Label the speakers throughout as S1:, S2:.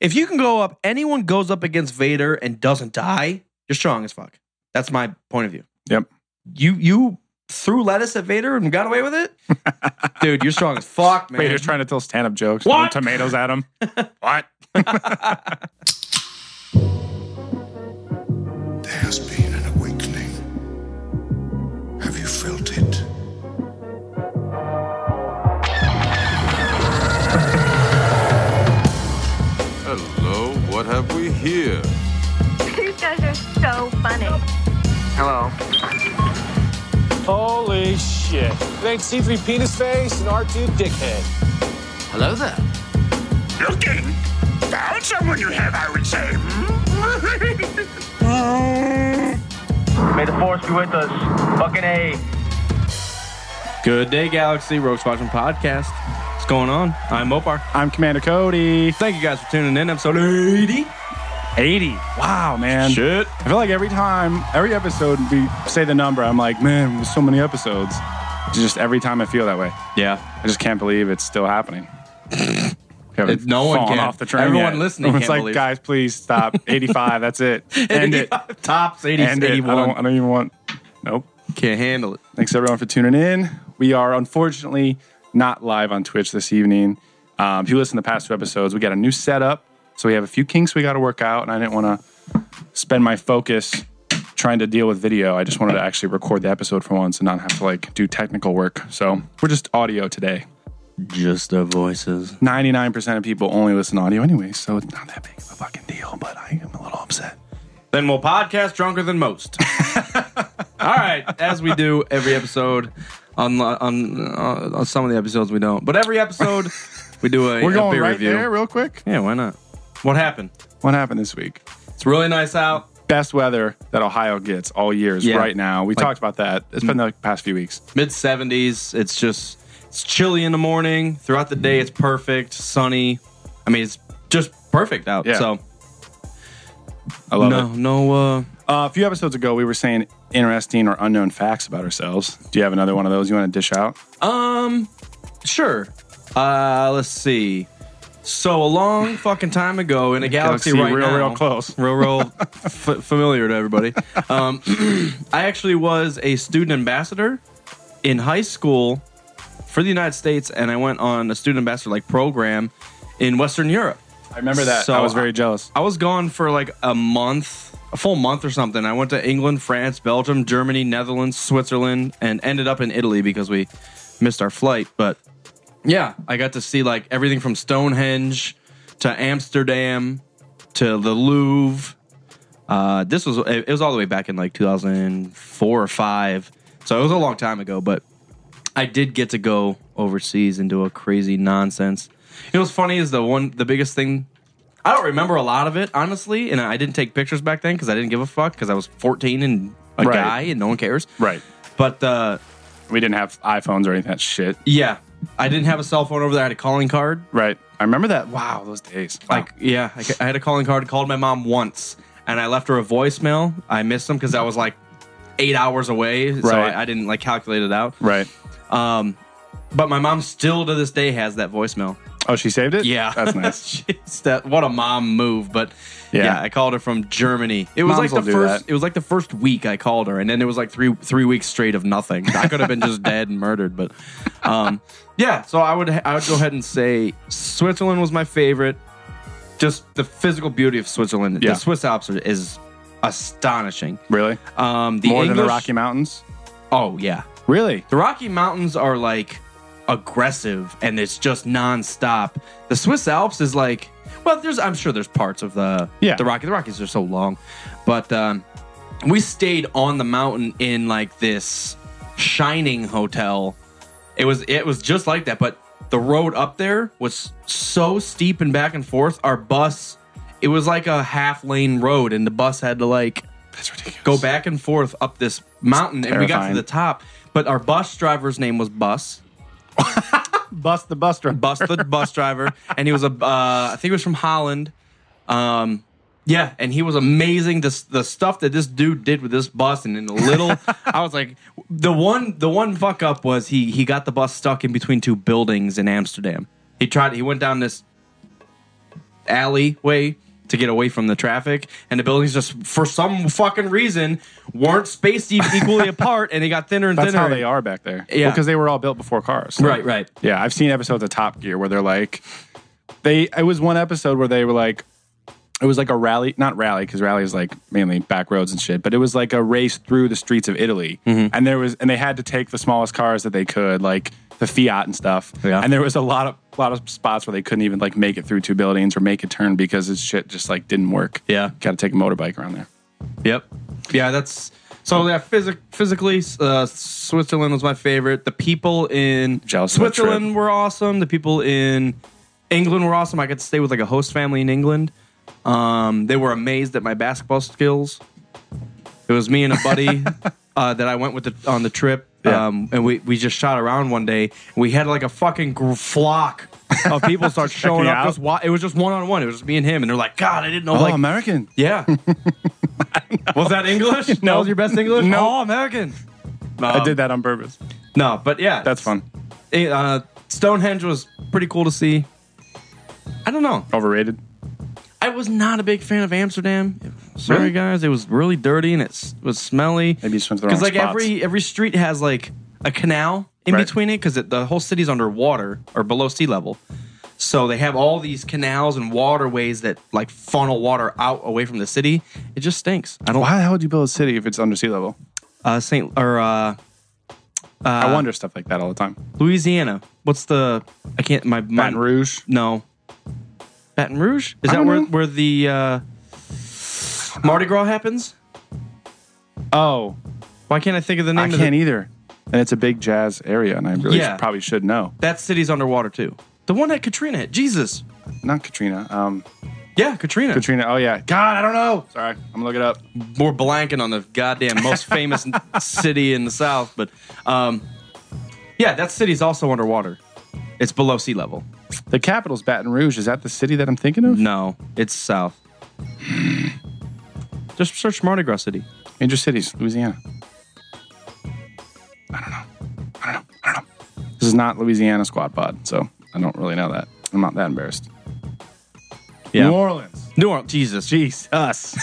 S1: If you can go up, anyone goes up against Vader and doesn't die, you're strong as fuck. That's my point of view.
S2: Yep.
S1: You you threw lettuce at Vader and got away with it, dude. You're strong as fuck, man.
S2: Vader's trying to tell stand up jokes.
S1: What?
S2: throwing tomatoes at him. what?
S3: There has been an awakening. Have you felt it?
S4: Hello, what have we here?
S5: You guys are so funny.
S6: Holy shit. It ain't C3 penis face and R2 dickhead.
S7: Hello there.
S8: Looking? Found someone you have, I would say.
S9: May the force be with us. Fucking A.
S1: Good day, Galaxy Rogue Squadron podcast. What's going on? I'm Mopar.
S2: I'm Commander Cody.
S1: Thank you guys for tuning in. Episode 80.
S2: 80. Wow, man.
S1: Shit.
S2: I feel like every time, every episode, we say the number, I'm like, man, there's so many episodes. It's just every time I feel that way.
S1: Yeah.
S2: I just can't believe it's still happening. We haven't
S1: It- no one
S2: fallen
S1: can.
S2: off the train.
S1: Everyone
S2: yet.
S1: listening
S2: It's
S1: can't
S2: like,
S1: believe it.
S2: guys, please stop. 85. That's it. End it.
S1: Tops 80,
S2: End it. I
S1: 81.
S2: don't, I don't even want. Nope.
S1: Can't handle it.
S2: Thanks everyone for tuning in. We are unfortunately not live on Twitch this evening. Um, if you listen to the past two episodes, we got a new setup, so we have a few kinks we got to work out, and I didn't want to spend my focus trying to deal with video. I just wanted to actually record the episode for once and not have to like do technical work. So we're just audio today.
S1: Just the voices.
S2: Ninety nine percent of people only listen to audio anyway, so it's not that big of a fucking deal. But I am a little upset.
S1: Then we'll podcast drunker than most. All right, as we do every episode. On, on, uh, on some of the episodes we don't, but every episode we do a,
S2: We're
S1: a
S2: going
S1: beer
S2: right
S1: review.
S2: there, real quick.
S1: Yeah, why not? What happened?
S2: What happened this week?
S1: It's really nice out.
S2: best weather that Ohio gets all years
S1: Yeah.
S2: right now. We
S1: Like-
S2: talked about that. It's been the past few weeks.
S1: mid 70s. It's just it's chilly in the morning. Throughout the day, it's perfect, sunny. I mean, it's just perfect out.
S2: Yeah.
S1: So
S2: I love
S1: no,
S2: it.
S1: no. Uh,
S2: Uh, a few episodes ago, we were saying interesting or unknown facts about ourselves. Do you have another one of those you want to dish out?
S1: um, sure. Uh, let's see. So a long fucking time ago in a galaxy,
S2: Galaxy
S1: right
S2: real,
S1: now,
S2: real close.
S1: real, real f- familiar to everybody. Um, I actually was a student ambassador in high school for the United States, and I went on a student ambassador like program in Western Europe.
S2: I remember that.
S1: So-
S2: I was very jealous.
S1: I was gone for like a month, a full month or something. I went to England, France, Belgium, Germany, Netherlands, Switzerland, and ended up in Italy because we missed our flight. But yeah, I got to see like everything from Stonehenge to Amsterdam to the Louvre. Uh, this was it it was all the way back in like 2004 or five, so it was a long time ago. But I did get to go overseas and do a crazy nonsense. You know what's funny is the one the biggest thing I don't remember a lot of it, honestly, and I didn't take pictures back then because I didn't give a fuck because I was 14 and a
S2: Right.
S1: guy and no one cares.
S2: Right.
S1: But uh,
S2: We didn't have iPhones or any of that shit.
S1: yeah, I didn't have a cell phone over there. I had a calling card.
S2: Right. I remember that. Wow, those days. Wow.
S1: Like, yeah, I ca- I had a calling card. Called my mom once, and I left her a voicemail. I missed them because I was like eight hours away, so
S2: Right.
S1: I, I didn't like calculate it out.
S2: right.
S1: Um, but my mom still to this day has that voicemail.
S2: Oh, she saved it?
S1: Yeah,
S2: That's nice.
S1: She's that what a mom move, but yeah.
S2: Yeah.
S1: I called her from Germany. It was
S2: Moms will
S1: like the
S2: do
S1: first.
S2: that.
S1: It was like the first week I called her, and then it was like three three weeks straight of nothing. I could have been just dead and murdered, but um, yeah. So I would I would go ahead and say Switzerland was my favorite. Just the physical beauty of Switzerland.
S2: Yeah.
S1: The Swiss Alps are, is astonishing.
S2: really?
S1: Um, the
S2: More
S1: English,
S2: than the Rocky Mountains?
S1: Oh yeah,
S2: Really?
S1: the Rocky Mountains are like aggressive and it's just nonstop. The Swiss Alps is like well, there's I'm sure there's parts of the
S2: Yeah.
S1: the Rocky the Rockies are so long, but um, we stayed on the mountain in like this shining hotel. It was it was just like that, but the road up there was so steep and back and forth. Our bus, it was like a half lane road, and the bus had to like
S2: That's ridiculous.
S1: go back and forth up this mountain and we got to
S2: Terrifying.
S1: the top but our bus driver's name was bus
S2: Bust the buster.
S1: bus the bus driver and he was a uh, i think he was from holland um yeah and he was amazing this the stuff that this dude did with this bus and in the little i was like the one the one fuck up was he he got the bus stuck in between two buildings in amsterdam he tried he went down this alleyway to get away from the traffic, and the buildings just for some fucking reason weren't spaced e- equally apart, and they got thinner and
S2: That's
S1: thinner.
S2: how they are back there.
S1: Yeah.
S2: Because they were all built before cars.
S1: Right, right.
S2: Yeah. I've seen episodes of Top Gear where they're like, they, it was one episode where they were like, it was like a rally, not rally, because rally is like mainly back roads and shit, but it was like a race through the streets of Italy.
S1: Mm-hmm.
S2: And there was, and they had to take the smallest cars that they could, like the Fiat and stuff.
S1: Yeah.
S2: And there was a lot of, lot of spots where they couldn't even like make it through two buildings or make a turn because this shit just like didn't work.
S1: Yeah.
S2: Got to take a motorbike around there.
S1: Yep. Yeah, that's so. Yeah, physic, physically, uh, Switzerland was my favorite. The people in
S2: Jealous of that
S1: Switzerland were awesome. The people in England were awesome. I got to stay with like a host family in England. Um, they were amazed at my basketball skills. It was me and a buddy uh, that I went with the, on the trip,
S2: Yeah.
S1: um, and we we just shot around one day. And we had like a fucking gr- flock of people start showing
S2: checking
S1: up.
S2: out?
S1: Just wa- it was just one on one. It was just me and him, and they're like, "God, I didn't know." like,
S2: Oh, American.
S1: yeah. was that English? That
S2: No.
S1: was your best English?
S2: No.
S1: Oh, American. No.
S2: I did that on purpose.
S1: No, but yeah.
S2: That's fun.
S1: Eh, Uh, Stonehenge was pretty cool to see. I don't know.
S2: Overrated.
S1: I was not a big fan of Amsterdam. Sorry,
S2: Really?
S1: guys. It was really dirty and it s- was smelly.
S2: Maybe you just went to the
S1: Because
S2: wrong
S1: like
S2: spots.
S1: every every street has like a canal in
S2: Right.
S1: between it because the whole city's underwater or below sea level. So they have all these canals and waterways that like funnel water out away from the city. It just stinks. I don't.
S2: Why the hell would you build a city if it's under sea level?
S1: uh, Saint or uh,
S2: I wonder stuff like that all the time.
S1: Louisiana. What's the? I can't. My, my
S2: Baton Rouge.
S1: No. Baton Rouge is
S2: I
S1: that
S2: don't
S1: where
S2: know.
S1: where the uh, Mardi Gras happens?
S2: Oh,
S1: Why can't I think of the name?
S2: I
S1: of the-
S2: can't either. And it's a big jazz area, and I really
S1: Yeah.
S2: should, probably should know.
S1: That city's underwater too. The one that Katrina hit. Jesus.
S2: Not Katrina. Um,
S1: Yeah, Katrina.
S2: Katrina. Oh yeah. God, I don't know. Sorry, I'm gonna look it up.
S1: We're blanking on the goddamn most famous city in the South, but um, yeah, that city's also underwater. It's below sea level.
S2: The capital's Baton Rouge. Is that the city that I'm thinking of?
S1: No, it's south. Just search Mardi Gras city.
S2: Major cities, Louisiana. I don't know. I don't know. I don't know. This is not Louisiana Squad Pod, so I don't really know that. I'm not that embarrassed.
S1: Yeah.
S2: New Orleans.
S1: New Orleans. Jesus.
S2: Jeez, us.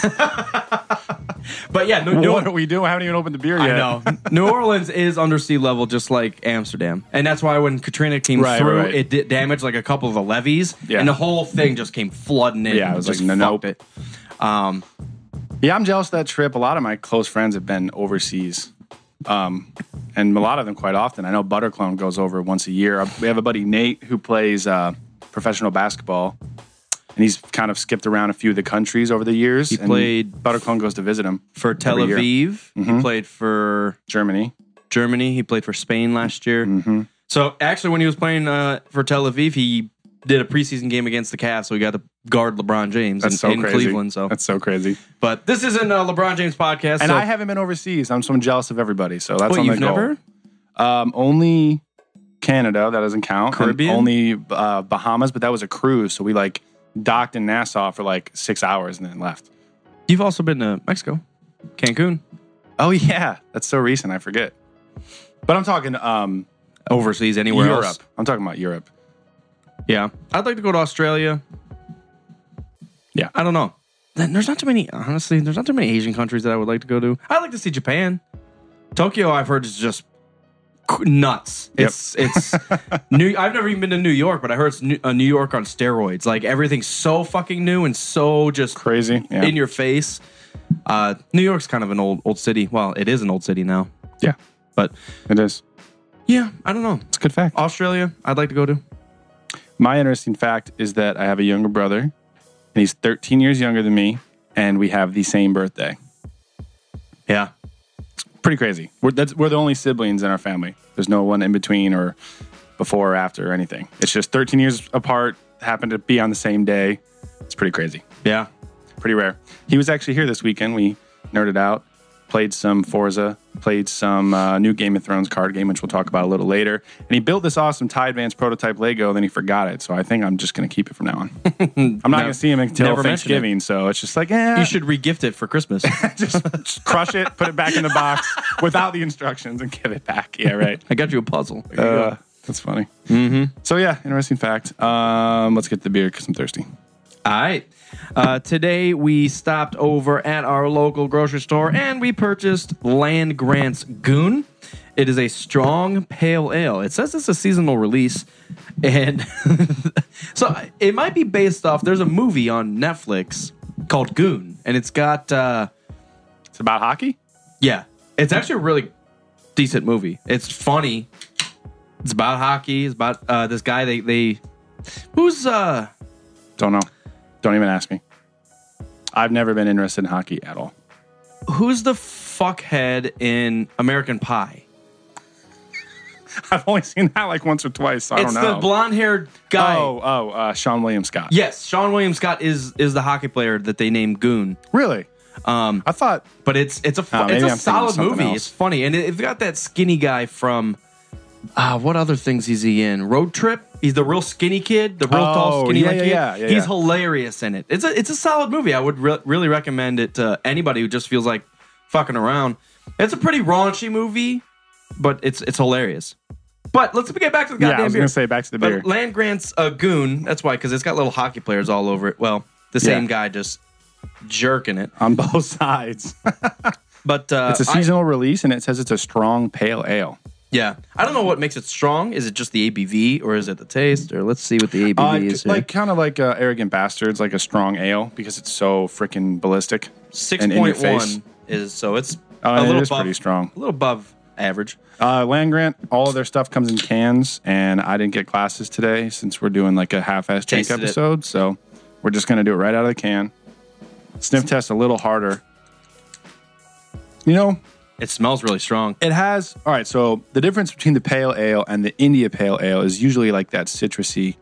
S1: But yeah, New, New
S2: what are
S1: Orleans.
S2: we doing? I haven't even opened the beer yet.
S1: I know. New Orleans is undersea level, just like Amsterdam, and that's why when Katrina came
S2: Right,
S1: through,
S2: right, right.
S1: it did damage like a couple of the levees,
S2: Yeah.
S1: and the whole thing just came flooding in.
S2: Yeah, it was
S1: just
S2: like, no,
S1: fucked
S2: nope.
S1: it. Um,
S2: Yeah, I'm jealous of that trip. A lot of my close friends have been overseas, um, and a lot of them quite often. I know Butterclone goes over once a year. We have a buddy Nate who plays uh, professional basketball, and he's kind of skipped around a few of the countries over the years. He
S1: played-
S2: Butterclone goes to visit him
S1: for Tel
S2: Every year. Mm-hmm.
S1: Aviv, he played for
S2: Germany.
S1: Germany. He played for Spain last year.
S2: Mm-hmm.
S1: So actually, when he was playing uh, for Tel Aviv, he did a preseason game against the Cavs, so he got to guard LeBron James in,
S2: That's so
S1: in
S2: crazy.
S1: Cleveland. So,
S2: that's so crazy.
S1: but this isn't a LeBron James podcast,
S2: And
S1: so-
S2: I haven't been overseas. I'm so jealous of everybody. So that's
S1: Wait,
S2: on the
S1: you've
S2: goal.
S1: never?
S2: Um, only Canada. That doesn't count. And
S1: Caribbean?
S2: Only uh, Bahamas, but that was a cruise. So we like docked in Nassau for like six hours and then left.
S1: You've also been to Mexico, Cancun,
S2: Oh yeah, that's so recent. I forget. But I'm talking um,
S1: overseas, anywhere
S2: Europe.
S1: else.
S2: I'm talking about Europe.
S1: Yeah, I'd like to go to Australia.
S2: Yeah.
S1: I don't know. Then There's not too many. Honestly, there's not too many Asian countries that I would like to go to. I'd like to see Japan, Tokyo. I've heard is just c- nuts.
S2: Yep.
S1: It's it's new. I've never even been to New York, but I heard it's new, uh, New York on steroids. Like everything's so fucking new and so just
S2: Crazy. Yeah.
S1: in your face. Uh, new York's kind of an old old city. Well, it is an old city now,
S2: yeah,
S1: but
S2: it is.
S1: yeah, I don't know.
S2: It's a good fact.
S1: Australia, I'd like to go to.
S2: My interesting fact is that I have a younger brother, and he's 13 years younger than me, and we have the same birthday.
S1: Yeah.
S2: Pretty crazy. We're, that's, we're the only siblings in our family. There's no one in between or before or after or anything. It's just 13 years apart. Happened to be on the same day. It's pretty crazy.
S1: Yeah.
S2: pretty rare. He was actually here this weekend. We nerded out, played some Forza, played some uh, new Game of Thrones card game, which we'll talk about a little later. And he built this awesome Tide Vance prototype Lego, then he forgot it. So I think I'm just going to keep it from now on. I'm not going to see him until
S1: never mention
S2: Thanksgiving. So it's just like, eh,
S1: You should regift it for Christmas.
S2: just crush it, put it back in the box without the instructions and give it back. Yeah, right.
S1: I got you a puzzle. There you
S2: Uh, that's funny. Mm-hmm. So yeah, interesting fact. Um, let's get the beer because I'm thirsty.
S1: go. All right. Uh, today we stopped over at our local grocery store and we purchased Land Grant's Goon. It is a strong pale ale. It says it's a seasonal release, and so it might be based off. There's a movie on Netflix called Goon, and it's got uh,
S2: It's about hockey.
S1: yeah, it's actually a really decent movie. It's funny. It's about hockey. It's about uh, this guy. They they who's uh
S2: Don't know. Don't even ask me. I've never been interested in hockey at all.
S1: who's the fuckhead in American Pie?
S2: I've only seen that like once or twice. So I
S1: It's
S2: don't know.
S1: the blonde haired guy.
S2: Oh, oh, uh, Sean William Scott.
S1: Yes, Sean William Scott is is the hockey player that they named Goon.
S2: Really? Um, I thought
S1: But it's it's a fu-
S2: Oh,
S1: it's
S2: maybe
S1: a
S2: I'm thinking of
S1: solid
S2: something
S1: movie.
S2: else.
S1: It's funny, and it, it's got that skinny guy from. Uh, what other things is he in? Road Trip. He's the real skinny kid, the real tall
S2: Oh,
S1: skinny
S2: yeah,
S1: like
S2: yeah,
S1: kid.
S2: yeah, yeah,
S1: He's
S2: yeah.
S1: hilarious in it. It's a it's a solid movie. I would re- really recommend it to anybody who just feels like fucking around. It's a pretty raunchy movie, but it's it's hilarious. But let's get back to the
S2: Yeah, I
S1: goddamn
S2: was
S1: beer.
S2: gonna say, back to the beer.
S1: But Land Grant's a goon. That's why, because it's got little hockey players all over it. Well, the
S2: Yeah.
S1: same guy just jerking it.
S2: on both sides.
S1: But uh,
S2: it's a
S1: I-
S2: seasonal release, and it says it's a strong pale ale.
S1: Yeah, I don't know what makes it strong. Is it just the ABV, or is it the taste, or let's see what the ABV is? Here.
S2: Uh, like kind of like uh, arrogant bastards, like a strong ale because it's so freaking ballistic.
S1: six
S2: and in your
S1: point
S2: face.
S1: one is so it's
S2: Oh,
S1: a
S2: it
S1: little
S2: is
S1: above,
S2: pretty strong.
S1: a little above average.
S2: Uh, Land Grant, all of their stuff comes in cans, and I didn't get glasses today since we're doing like a half-ass drink
S1: Tasted it.
S2: episode. So we're just gonna do it right out of the can. Sniff test a little harder. You know,
S1: It smells really strong.
S2: it has. All right, so the difference between the pale ale and the India pale ale is usually like that citrusy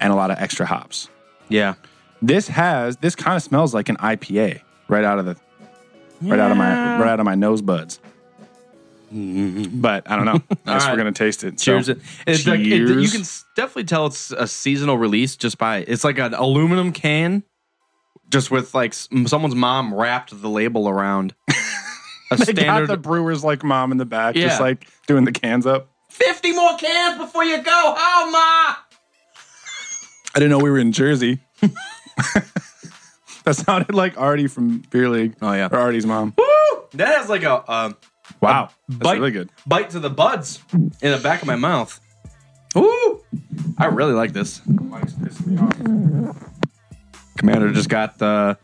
S2: and a lot of extra hops.
S1: Yeah,
S2: This has this kind of smells like an IPA right out of the right out of my right out of my nose buds. But I don't know. I guess
S1: Mm-hmm. right.
S2: we're gonna taste it. so-
S1: cheers! It, it's like- it- you
S2: Cheers.
S1: can s- definitely tell it's a seasonal release just by it's like an aluminum can, just with like s- someone's mom wrapped the label around a
S2: They got the
S1: standard.
S2: brewers like mom in the back,
S1: Yeah.
S2: just like doing the cans up.
S1: Fifty more cans before you go home, ma.
S2: I didn't know we were in Jersey. that sounded like Artie from Beer League.
S1: Oh, yeah.
S2: or Artie's mom.
S1: Woo! That has like a. Um,
S2: Wow, that's
S1: bite,
S2: really good.
S1: bite to the buds in the back of my mouth. Ooh, I really like this.
S2: Mike's pissing me off.
S1: Commander just got the,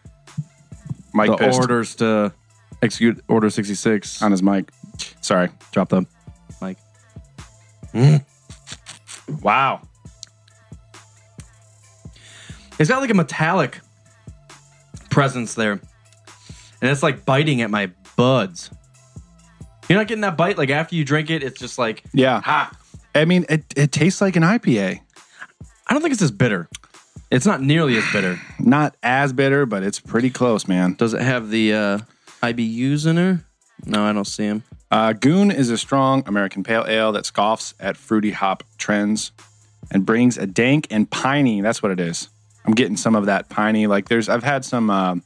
S2: Mike
S1: the
S2: pissed
S1: orders to execute Order 66.
S2: on his mic. Sorry.
S1: Drop the mic.
S2: Wow.
S1: It's got like a metallic presence there. And it's like biting at my buds. You're not getting that bite. Like after you drink it, it's just like,
S2: Yeah.
S1: ha.
S2: I mean, it, it tastes like an IPA.
S1: I don't think it's as bitter. It's not nearly as bitter.
S2: Not as bitter, but it's pretty close, man.
S1: Does it have the uh, IBUs in her? No, I don't see them.
S2: Uh, Goon is a strong American pale ale that scoffs at fruity hop trends and brings a dank and piney. That's what it is. I'm getting some of that piney. Like there's, I've had some. um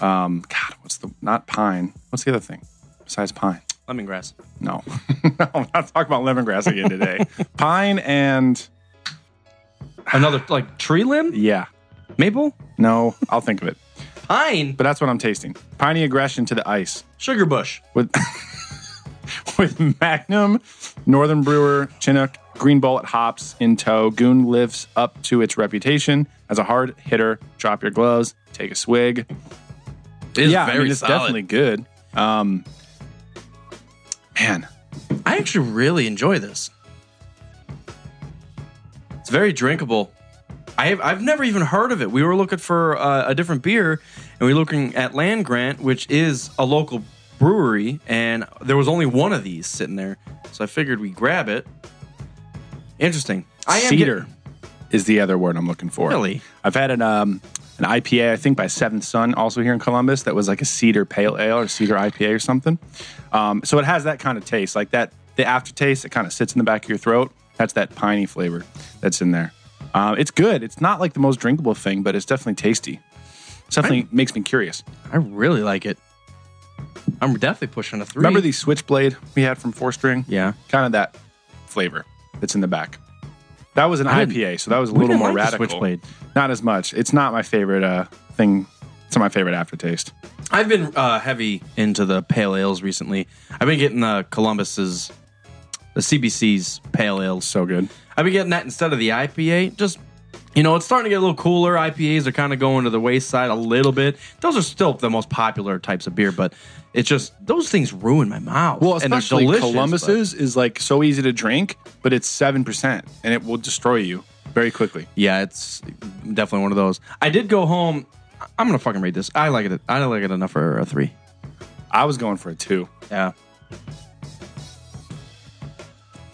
S2: um, God, what's the not pine? What's the other thing besides pine?
S1: Lemongrass.
S2: No, no, I'm not talking about lemongrass again today. pine and
S1: Another like tree limb?
S2: yeah,
S1: Maple?
S2: no, I'll think of it.
S1: Pine?
S2: But that's what I'm tasting. Piney aggression to the ice.
S1: Sugar bush.
S2: with with Magnum, Northern Brewer, Chinook, Green Bullet hops in tow. Goon lives up to its reputation as a hard hitter. Drop your gloves, take a swig.
S1: It's
S2: yeah, I mean, it's definitely good. Um, man,
S1: I actually really enjoy this. It's very drinkable. I've, I've never even heard of it. We were looking for uh, a different beer, and we were looking at Land Grant, which is a local brewery, and there was only one of these sitting there. So I figured we grab it. Interesting. I am
S2: cedar
S1: getting-
S2: is the other word I'm looking for.
S1: Really?
S2: I've had an um an IPA, I think by Seventh Sun, also here in Columbus, that was like a cedar pale ale or cedar IPA or something. Um, so it has that kind of taste, like that the aftertaste that kind of sits in the back of your throat. That's that piney flavor that's in there. Um, it's good. It's not like the most drinkable thing, but it's definitely tasty. It's definitely makes me curious.
S1: I really like it. I'm definitely pushing a three.
S2: Remember the switchblade we had from Four String?
S1: Yeah.
S2: Kind of that flavor that's in the back. That was an
S1: didn't-
S2: IPA, so that was a
S1: we
S2: little
S1: didn't
S2: more
S1: like the
S2: radical.
S1: Switchblade.
S2: Not as much. It's not my favorite uh, thing. It's not my favorite aftertaste.
S1: I've been uh, heavy into the pale ales recently. I've been getting the Columbus's, the CBC's pale ales.
S2: So good.
S1: I've been getting that instead of the IPA. Just you know, it's starting to get a little cooler. IPAs are kind of going to the wayside a little bit. Those are still the most popular types of beer, but it's just those things ruin my mouth.
S2: Well,
S1: And they're
S2: especially
S1: delicious,
S2: Columbus's is like so easy to drink, but it's seven percent, and it will destroy you very quickly.
S1: but Yeah, it's definitely one of those. I did go home. I- I'm gonna fucking rate this. I like it. I like it enough for a three.
S2: I was going for a two.
S1: Yeah.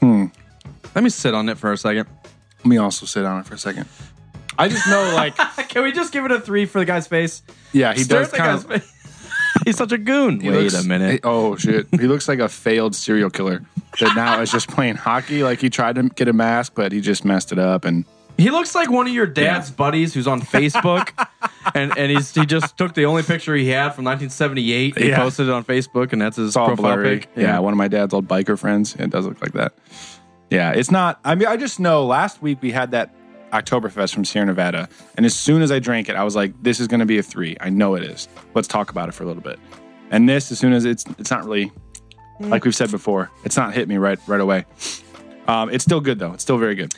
S1: Hmm. Let me sit on it for a second.
S2: Let me also sit on it for a second. I just know, like,
S1: Can we just give it a three for the guy's face?
S2: yeah, he
S1: Stare
S2: does
S1: at the
S2: kind
S1: guy's
S2: of.
S1: face. He's such a goon.
S2: he looks- he- oh shit! He looks like a failed serial killer that now is just playing hockey. Like he tried to get a mask, but he just messed it up. And
S1: He looks like one of your dad's buddies who's on Facebook, and and he's he just took the only picture he had from 1978. He
S2: Yeah.
S1: posted it on Facebook, and that's his
S2: it's all
S1: profile
S2: blurry.
S1: pic.
S2: Yeah. one of my dad's old biker friends. It does look like that. Yeah, it's not. I mean, I just know last week we had that Oktoberfest from Sierra Nevada, and as soon as I drank it, I was like, "This is going to be a three. I know it is. Let's talk about it for a little bit." And this, as soon as it's, it's not really like we've said before. It's not hit me right right away. Um, it's still good though. It's still very good.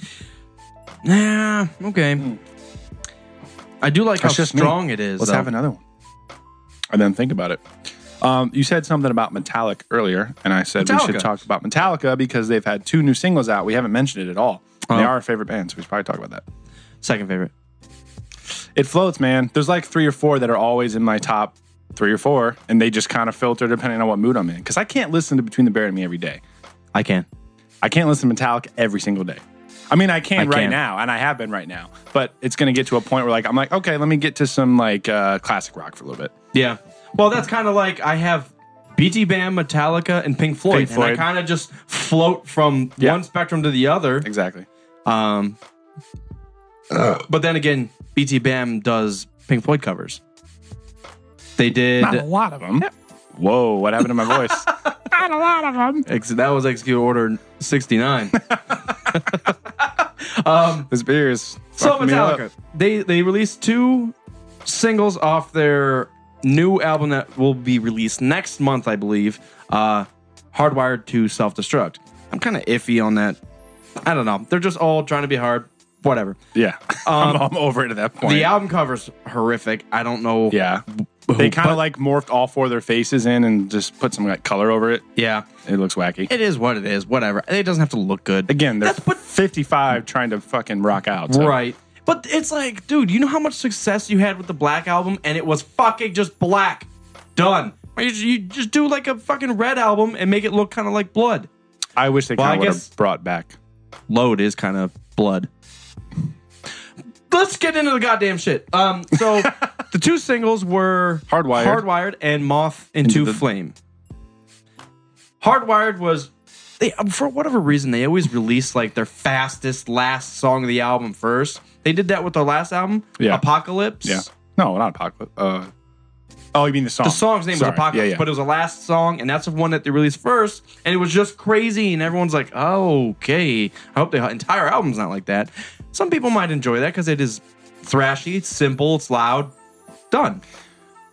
S1: Nah, okay. I do like
S2: Hmm. That's
S1: how
S2: me.
S1: strong it is.
S2: Let's
S1: though.
S2: have another one. And then think about it. Um, you said something about Metallic earlier, and I said we should
S1: Metallica.
S2: talk about Metallica because they've had two new singles out. We haven't mentioned it at all. And They
S1: Oh.
S2: are our favorite band, so we should probably talk about that.
S1: second favorite.
S2: It floats, man. There's like three or four that are always in my top three or four, and they just kind of filter depending on what mood I'm in. Because I can't listen to Between the Bear and Me every day.
S1: I can.
S2: I can't listen to Metallica every single day. I mean, I can
S1: I
S2: right
S1: can.
S2: now, and I have been right now, but it's going to get to a point where like I'm like, okay, let me get to some like uh, classic rock for a little bit.
S1: Yeah. Well, that's kind of like I have BT Bam, Metallica, and Pink Floyd,
S2: Pink Floyd.
S1: and I kind of just float from
S2: Yeah.
S1: one spectrum to the other.
S2: Exactly.
S1: Um, but then again, BT Bam does Pink Floyd covers. They did.
S2: Not a lot of them. Whoa, what happened to my voice? Not a lot of them.
S1: ex- that was Execute Order 69.
S2: This beer is
S1: so
S2: fucking me
S1: Metallica,
S2: up.
S1: they they released two singles off their new album that will be released next month, I believe. Uh, Hardwired to Self Destruct. I'm kind of iffy on that. I don't know. They're just all trying to be hard. Whatever.
S2: Yeah, I'm, I'm over it at that point.
S1: Um, The album cover's horrific. I don't know.
S2: yeah,
S1: who-
S2: they kind
S1: but-
S2: of like morphed all four of their faces in and just put some like color over it.
S1: yeah.
S2: It looks wacky.
S1: It is what it is. Whatever. It doesn't have to look good.
S2: Again, they're
S1: that's what
S2: 55 trying to fucking rock out. so-
S1: right. But it's like, dude, you know how much success you had with the black album, and it was fucking just black, done. Or You, you just do like a fucking red album and make it look kind of like blood.
S2: I wish they
S1: Well,
S2: kind
S1: I
S2: of would
S1: guess-
S2: have brought back.
S1: Load is kind of blood. Let's get into the goddamn shit. Um, so the two singles were
S2: Hardwired.
S1: Hardwired, and Moth into,
S2: Into the-
S1: Flame. Hardwired was they um, for whatever reason they always release like their fastest last song of the album first. They did that with their last album,
S2: Yeah.
S1: Apocalypse.
S2: Yeah. No, not Apocalypse. Uh, oh, you mean the song?
S1: The song's name
S2: Sorry.
S1: was Apocalypse,
S2: Yeah, yeah.
S1: but it was the last song, and that's the one that they released first, and it was just crazy, and everyone's like, oh, okay. I hope the entire album's not like that. Some people might enjoy that because it is thrashy, it's simple, it's loud, done.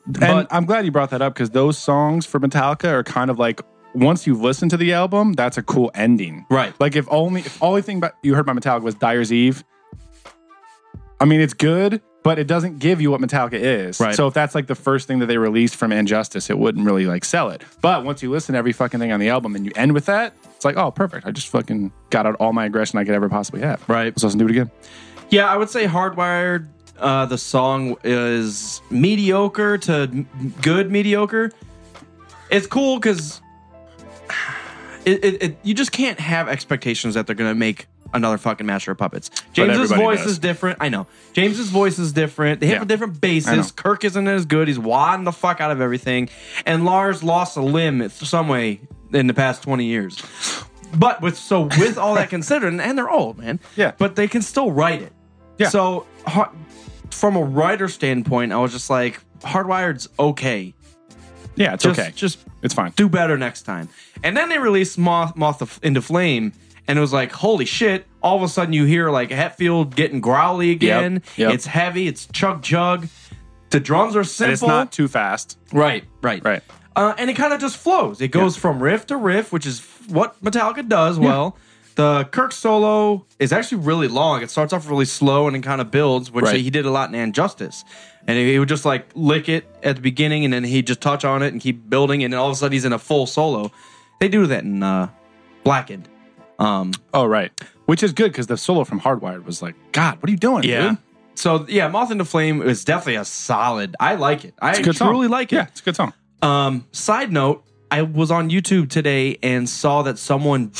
S2: And
S1: But-
S2: I'm glad you brought that up because those songs for Metallica are kind of like once you've listened to the album, that's a cool ending.
S1: Right.
S2: Like if only if only thing about, you heard about Metallica was Dyer's Eve. I mean, it's good, but it doesn't give you what Metallica is.
S1: Right.
S2: So if that's like the first thing that they released from Injustice, it wouldn't really like sell it. But once you listen to every fucking thing on the album and you end with that, it's like, oh, perfect. I just fucking got out all my aggression I could ever possibly have.
S1: Right.
S2: So let's do it again.
S1: Yeah, I would say Hardwired. Uh, the song is mediocre to m- good mediocre. It's cool because it, it, it, you just can't have expectations that they're gonna make another fucking Master of Puppets. James's
S2: everybody
S1: voice
S2: does.
S1: is different. I know James's voice is different. They have
S2: Yeah.
S1: a different
S2: I know.
S1: basis. Kirk isn't as good. He's wadding the fuck out of everything. And Lars lost a limb some way in the past twenty years. But with so with all that considered, and, and they're old, man.
S2: Yeah.
S1: But they can still write it.
S2: Yeah.
S1: So har- from a writer standpoint, I was just like, Hardwired's okay.
S2: Yeah, it's
S1: Just,
S2: okay.
S1: Just
S2: it's fine.
S1: do better next time. And then they released Moth Moth of- into Flame, and it was like, holy shit! All of a sudden, you hear like Hetfield getting growly again.
S2: yep.
S1: It's heavy. It's chug chug. The drums are simple.
S2: And it's not too fast.
S1: Right, right,
S2: Right.
S1: Uh, and it kind of just flows. It goes from riff to riff, which is f- what Metallica does well. The Kirk solo is actually really long. It starts off really slow and it kind of builds, which
S2: Right.
S1: he did a lot in Injustice. And he would just like lick it at the beginning, and then he'd just touch on it and keep building, and then all of a sudden he's in a full solo. They do that in uh, Blackened. Um,
S2: Oh, right. Which is good because the solo from Hardwired was like, God, what are you doing? dude?
S1: So yeah, Moth into Flame is definitely a solid. I like it. I
S2: It's a good song.
S1: truly like it.
S2: Yeah, it's a good song.
S1: Um, side note, I was on YouTube today and saw that someone,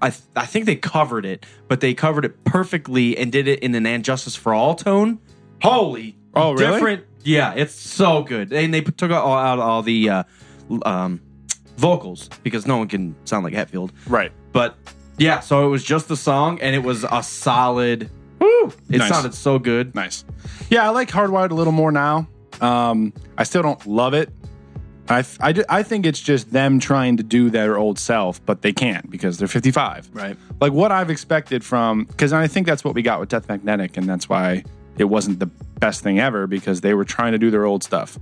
S1: I, th- I think they covered it, but they covered it perfectly and did it in an "And Justice for All" tone. Holy,
S2: Oh, really?
S1: Different, yeah, it's so good. And they took out all, out all the uh, l- um, vocals because no one can sound like Hetfield,
S2: Right.
S1: but yeah, so it was just the song and it was a solid. Woo! It
S2: Nice.
S1: sounded so good.
S2: Nice. Yeah, I like Hardwired a little more now. Um, I still don't love it. I, th- I, ju- I think it's just them trying to do their old self, but they can't because they're 55.
S1: Right.
S2: Like what I've expected from, because I think that's what we got with Death Magnetic, and that's why it wasn't the best thing ever because they were trying to do their old stuff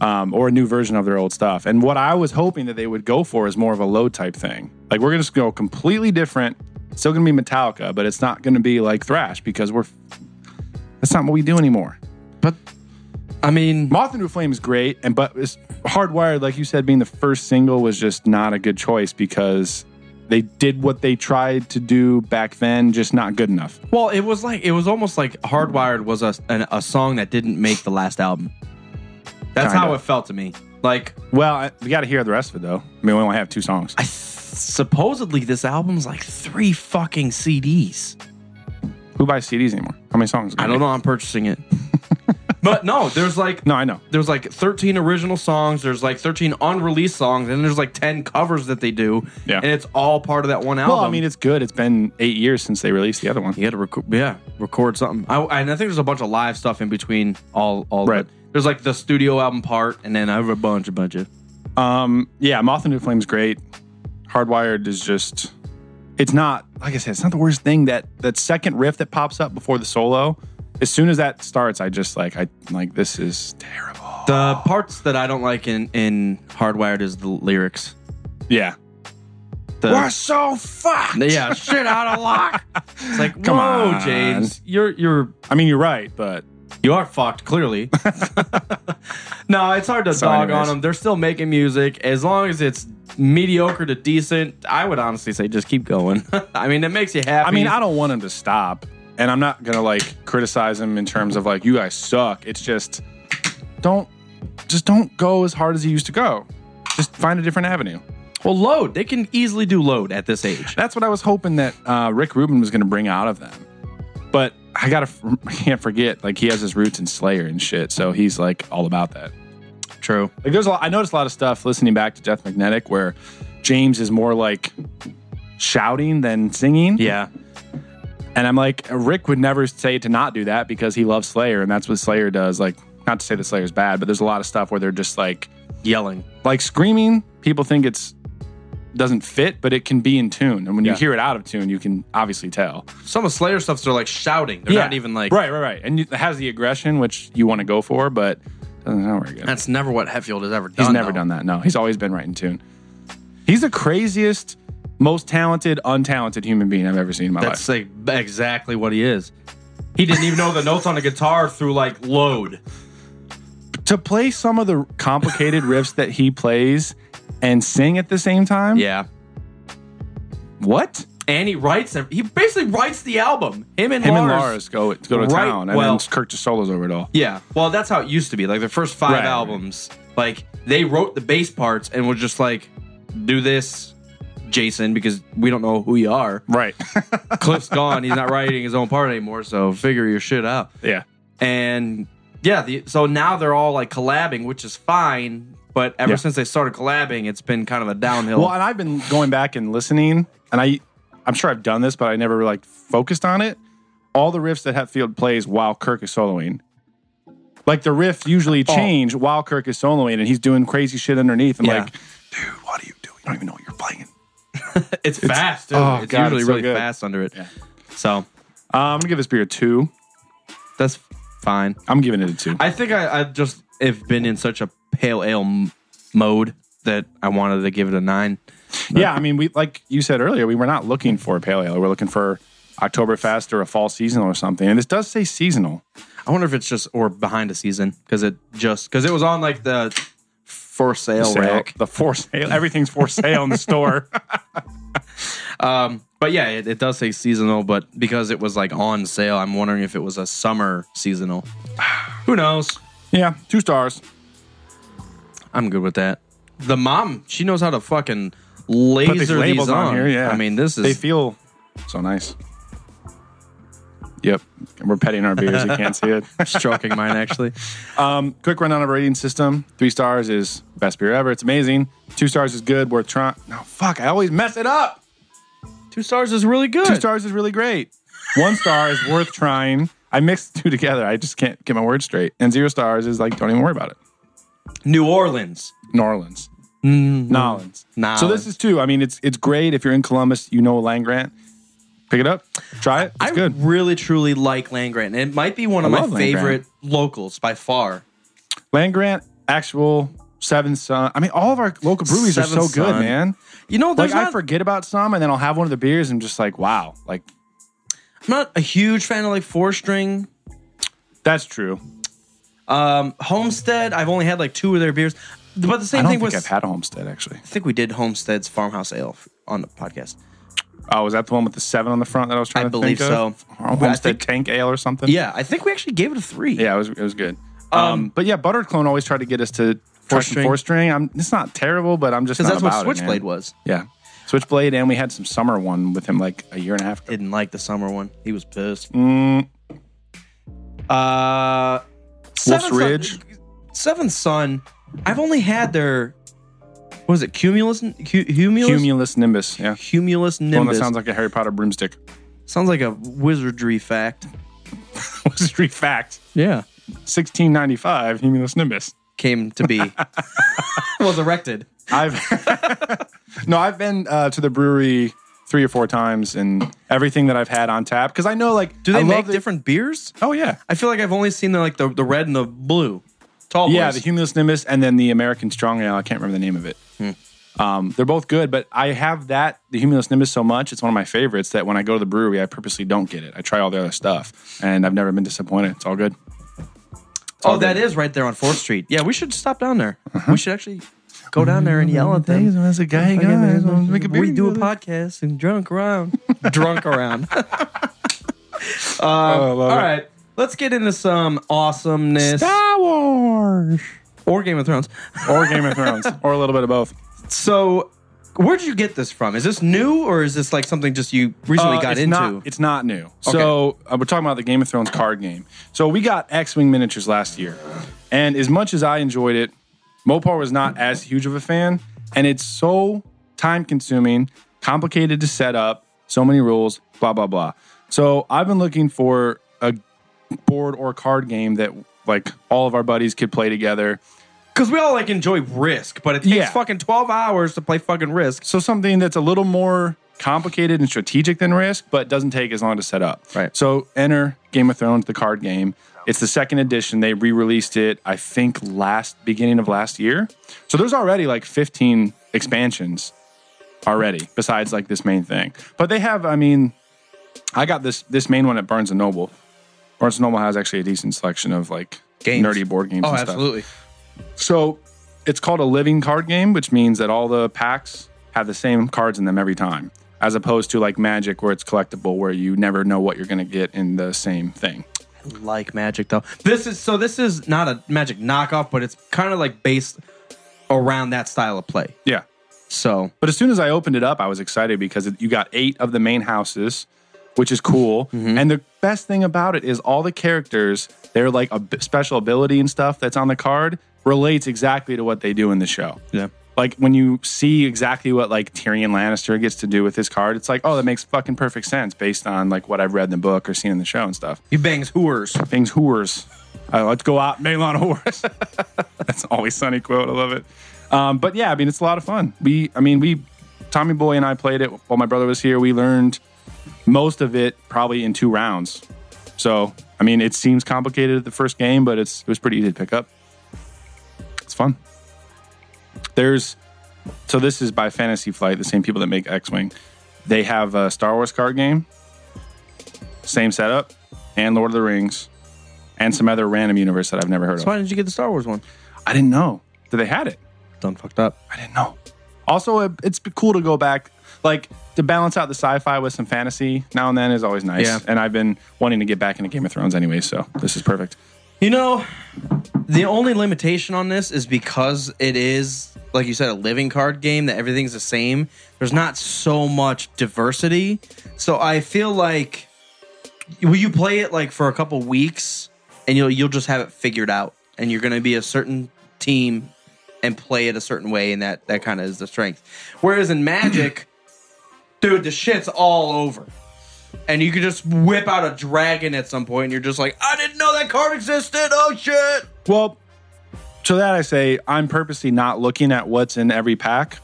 S2: um, or a new version of their old stuff. And what I was hoping that they would go for is more of a low type thing. Like we're going to go completely different. Still going to be Metallica, but it's not going to be like thrash because we're that's not what we do anymore.
S1: But I mean,
S2: Moth into Flame is great, and but it's Hardwired, like you said, being the first single was just not a good choice because they did what they tried to do back then, just not good enough.
S1: Well, it was like it was almost like Hardwired was a an, a song that didn't make the last album. That's
S2: Kinda.
S1: how it felt to me. Like
S2: Well, I, we got to hear the rest of it though. I mean, we only have two songs.
S1: I th- supposedly this album's like three fucking CDs.
S2: Who buys CDs anymore? How many songs?
S1: I don't know. I'm purchasing it. but no, there's like
S2: No, I know.
S1: there's like 13 original songs. There's like 13 unreleased songs, and there's like 10 covers that they do.
S2: Yeah.
S1: and it's all part of that one album.
S2: Well, I mean, it's good. It's been eight years since they released the other one.
S1: You had to record, yeah, record something. I, and I think there's a bunch of live stuff in between all all of
S2: Right.
S1: it. There's like the studio album part, and then I have a bunch, a bunch of.
S2: Um, yeah, Moth into Flame's great. Hardwired is just it's not like I said, it's not the worst thing that that second riff that pops up before the solo. As soon as that starts, I just like I like this is terrible.
S1: The parts that I don't like in in Hardwired is the lyrics.
S2: Yeah.
S1: The,
S2: We're so fucked.
S1: yeah, shit out of luck. It's like,
S2: Come
S1: whoa,
S2: on.
S1: James, you're you're
S2: I mean, you're right, but
S1: you are fucked. Clearly, no, it's hard to
S2: So
S1: dog on
S2: anyways.
S1: them. They're still making music. As long as it's mediocre to decent, I would honestly say just keep going. I mean, it makes you happy.
S2: I mean, I don't want him to stop, and I'm not gonna like criticize him in terms of like you guys suck. It's just don't just don't go as hard as he used to go. Just find a different avenue.
S1: well, load. They can easily do load at this age.
S2: That's what I was hoping that uh, Rick Rubin was going to bring out of them. But I gotta I can't forget like he has his roots in Slayer and shit, so he's like all about that.
S1: True.
S2: Like there's a lot, I noticed a lot of stuff listening back to Death Magnetic where James is more like shouting than singing.
S1: Yeah.
S2: And I'm like Rick would never say to not do that because he loves Slayer and that's what Slayer does. Like not to say that Slayer's bad, but there's a lot of stuff where they're just like
S1: Yelling.
S2: like screaming people think it's doesn't fit but it can be in tune and when you
S1: Yeah.
S2: hear it out of tune you can obviously tell
S1: Some of Slayer stuffs are like shouting. They're not even like.
S2: right, right, right, and it has the aggression which you want to go for, but doesn't sound very good.
S1: That's never what Hetfield has ever done.
S2: He's never
S1: though.
S2: done that. No, he's always been right in tune. He's the craziest, most talented, untalented human being I've ever seen in my
S1: That's
S2: life.
S1: like exactly what he is. He didn't even know the notes on a guitar through like load.
S2: To play some of the complicated riffs that he plays and sing at the same time.
S1: Yeah.
S2: What?
S1: And he writes, he basically writes the album. Him and
S2: Him
S1: Lars.
S2: and Lars go go to
S1: Right,
S2: town, and
S1: well-
S2: then Kirk just solos over it all.
S1: Yeah. Well, that's how it used to be. Like the first five
S2: Right.
S1: albums, like they wrote the bass parts and were just like, do this, Jason, because we don't know who you are.
S2: Right.
S1: Cliff's gone. He's not writing his own part anymore. So figure your shit out.
S2: yeah.
S1: and yeah, the, so now they're all like collabing, which is fine. But ever
S2: Yeah.
S1: since they started collabing, it's been kind of a downhill.
S2: Well, and I've been going back and listening, and I, I'm sure I've done this, but I never like focused on it. All the riffs that Hetfield plays while Kirk is soloing, like the riffs usually
S1: Oh.
S2: change while Kirk is soloing, and he's doing crazy shit underneath. I'm
S1: Yeah.
S2: like, dude, what do you do? You don't even know what you're playing.
S1: It's, fast. Too.
S2: oh,
S1: it's
S2: God,
S1: usually
S2: it's so
S1: really
S2: good.
S1: fast under it. So
S2: Um, I'm gonna give this beer a two.
S1: that's fine.
S2: I'm giving it a two.
S1: I think I, I just have been in such a pale ale m- mode that I wanted to give it a nine.
S2: yeah, I mean, we like you said earlier, we were not looking for a pale ale. We're looking for Oktoberfest or a fall seasonal or something. And this does say seasonal.
S1: I wonder if it's just or behind a season because it just because it was on like the for sale,
S2: Sale-
S1: rack.
S2: The for sale. Everything's for sale in the store.
S1: But yeah, it, it does say seasonal, but because it was like on sale, I'm wondering if it was a summer seasonal. Who knows?
S2: yeah, two stars.
S1: I'm good with that. The mom, she knows how to fucking laser
S2: Put these
S1: these,
S2: labels
S1: on.
S2: on. here. Yeah,
S1: I mean, this is
S2: they feel so nice. Yep, we're petting our beers. You can't see it.
S1: stroking mine actually.
S2: Quick rundown of rating system. Three stars is best beer ever. It's amazing. Two stars is good. Worth trying. No, fuck. I always mess it up.
S1: Two stars is really good.
S2: Two stars is really great. One star is worth trying. I mixed the two together. I just can't get my words straight. And zero stars is like, don't even worry about it.
S1: New Orleans.
S2: New Orleans. Mm-hmm. New Orleans.
S1: New
S2: So this is two. I mean, it's it's great. If you're in Columbus, you know Land Grant. Pick it up. Try it. It's
S1: I
S2: good.
S1: really truly like Land Grant. and It might be one of
S2: I
S1: my
S2: love Land Grant.
S1: favorite locals by far.
S2: Land Grant, actual, Seven Sun. I mean, all of our local breweries
S1: Seven
S2: are so good,
S1: Sun.
S2: man.
S1: You know,
S2: Like
S1: there's
S2: I
S1: not,
S2: forget about some, and then I'll have one of the beers and just like, wow, like
S1: I'm not a huge fan of like four string.
S2: that's true.
S1: Um, Homestead, I've only had like two of their beers. But the
S2: I
S1: same
S2: don't
S1: thing
S2: think
S1: was
S2: I've had a Homestead actually.
S1: I think we did Homestead's Farmhouse Ale f- on the podcast.
S2: Oh, was that the one with the seven on the front that I was trying
S1: I
S2: to
S1: believe
S2: think of?
S1: so.
S2: Or
S1: But I
S2: Homestead
S1: think-
S2: Tank Ale or something.
S1: Yeah, I think we actually gave it a three.
S2: yeah, it was it was good. Um, but yeah, Buttered Clone always tried to get us to
S1: Four
S2: four
S1: string.
S2: string. Four string. I'm, it's not terrible, but I'm just
S1: because
S2: not
S1: that's what
S2: about it, man.
S1: Switchblade was.
S2: Yeah, Switchblade, and we had some summer one with him like a year and a half ago.
S1: Didn't like the summer one. He was pissed.
S2: Mm.
S1: Uh, Seven Sun-
S2: Ridge.
S1: Seventh Son. I've only had their. What is it? Cumulus. Cu- Cumulus.
S2: Cumulus Nimbus. Yeah,
S1: Cumulus
S2: one
S1: Nimbus.
S2: that sounds like a Harry Potter broomstick.
S1: sounds like a wizardry fact.
S2: Street fact.
S1: Yeah.
S2: 1695 Cumulus Nimbus.
S1: Came to be. was erected.
S2: I've no, I've been uh, to the brewery three or four times, and everything that I've had on tap because I know like
S1: Do they
S2: I love
S1: make
S2: the-
S1: different beers?
S2: Oh yeah,
S1: I feel like I've only seen the like the, the red and the blue. Tall
S2: yeah,
S1: boys.
S2: the Cumulus Nimbus, and then the American Strong Ale. I can't remember the name of it. Um, they're both good, but I have that the Cumulus Nimbus so much. It's one of my favorites that when I go to the brewery, I purposely don't get it. I try all the other stuff, and I've never been disappointed. It's all good.
S1: oh, that is right there on Fourth Street. Yeah, we should stop down there. We should actually go down there and yell at them.
S2: a guy,
S1: we do a podcast and drunk around. drunk around.
S2: Oh,
S1: All right. Let's get into some awesomeness
S2: Star Wars
S1: or Game of Thrones.
S2: or Game of Thrones or a little bit of both.
S1: So, where'd you get this from? Is this new or is this like something just you recently
S2: Uh,
S1: got
S2: it's
S1: into?
S2: Not, it's not new. So uh, we're talking about the Game of Thrones card game. So we got X Wing miniatures last year, and as much as I enjoyed it, Mopar was not as huge of a fan, and it's so time consuming, complicated to set up, so many rules, blah blah blah. So I've been looking for a board or card game that like all of our buddies could play together.
S1: Because we all like enjoy Risk, but it takes
S2: Yeah.
S1: fucking 12 hours to play fucking Risk.
S2: So something that's a little more complicated and strategic than Risk, but doesn't take as long to set up.
S1: Right.
S2: So enter Game of Thrones, the card game. It's the second edition. They re-released it, I think, last beginning of last year. So there's already like 15 expansions already, besides like this main thing. But they have, I mean, I got this this main one at Barnes and Noble. Barnes and Noble has actually a decent selection of like
S1: Games.
S2: nerdy board games.
S1: Oh,
S2: and stuff.
S1: absolutely.
S2: So it's called a living card game, which means that all the packs have the same cards in them every time, as opposed to like Magic, where it's collectible, where you never know what you're going to get in the same thing.
S1: Like Magic, though. This is so this is not a Magic knockoff, but it's kind of like based around that style of play.
S2: Yeah.
S1: So,
S2: But as soon as I opened it up, I was excited because it, you got eight of the main houses, which is cool. And the best thing about it is all the characters, their like a special ability and stuff that's on the card relates exactly to what they do in the show.
S1: yeah.
S2: like when you see exactly what like Tyrion Lannister gets to do with his card, it's like, oh, that makes fucking perfect sense based on like what I've read in the book or seen in the show and stuff.
S1: He bangs hooers.
S2: Things whores. Uh, let's go out, Melon whores. That's an always sunny quote. I love it. Um, but yeah, I mean, it's a lot of fun. We, I mean, we Tommy Boy and I played it while my brother was here. We learned most of it probably in two rounds. So, I mean, it seems complicated at the first game, but it's it was pretty easy to pick up. It's fun. There's so this is by Fantasy Flight, the same people that make X Wing. They have a Star Wars card game, same setup, and Lord of the Rings, and some other random universe that I've never heard
S1: So
S2: of.
S1: why didn't you get the Star Wars one?
S2: I didn't know that they had it.
S1: Done fucked up.
S2: I didn't know. Also, it- it's cool to go back, like to balance out the sci-fi with some fantasy now and then is always nice.
S1: Yeah.
S2: And I've been wanting to get back into Game of Thrones anyway, so this is perfect.
S1: You know, the only limitation on this is because it is, like you said, a living card game that everything's the same. There's not so much diversity. So I feel like will you play it like for a couple weeks and you'll you'll just have it figured out and you're gonna be a certain team and play it a certain way and that that kind of is the strength. Whereas in Magic, dude, the shit's all over and you could just whip out a dragon at some point, and you're just like, I didn't know that card existed. Oh shit!
S2: Well, to that I say I'm purposely not looking at what's in every pack.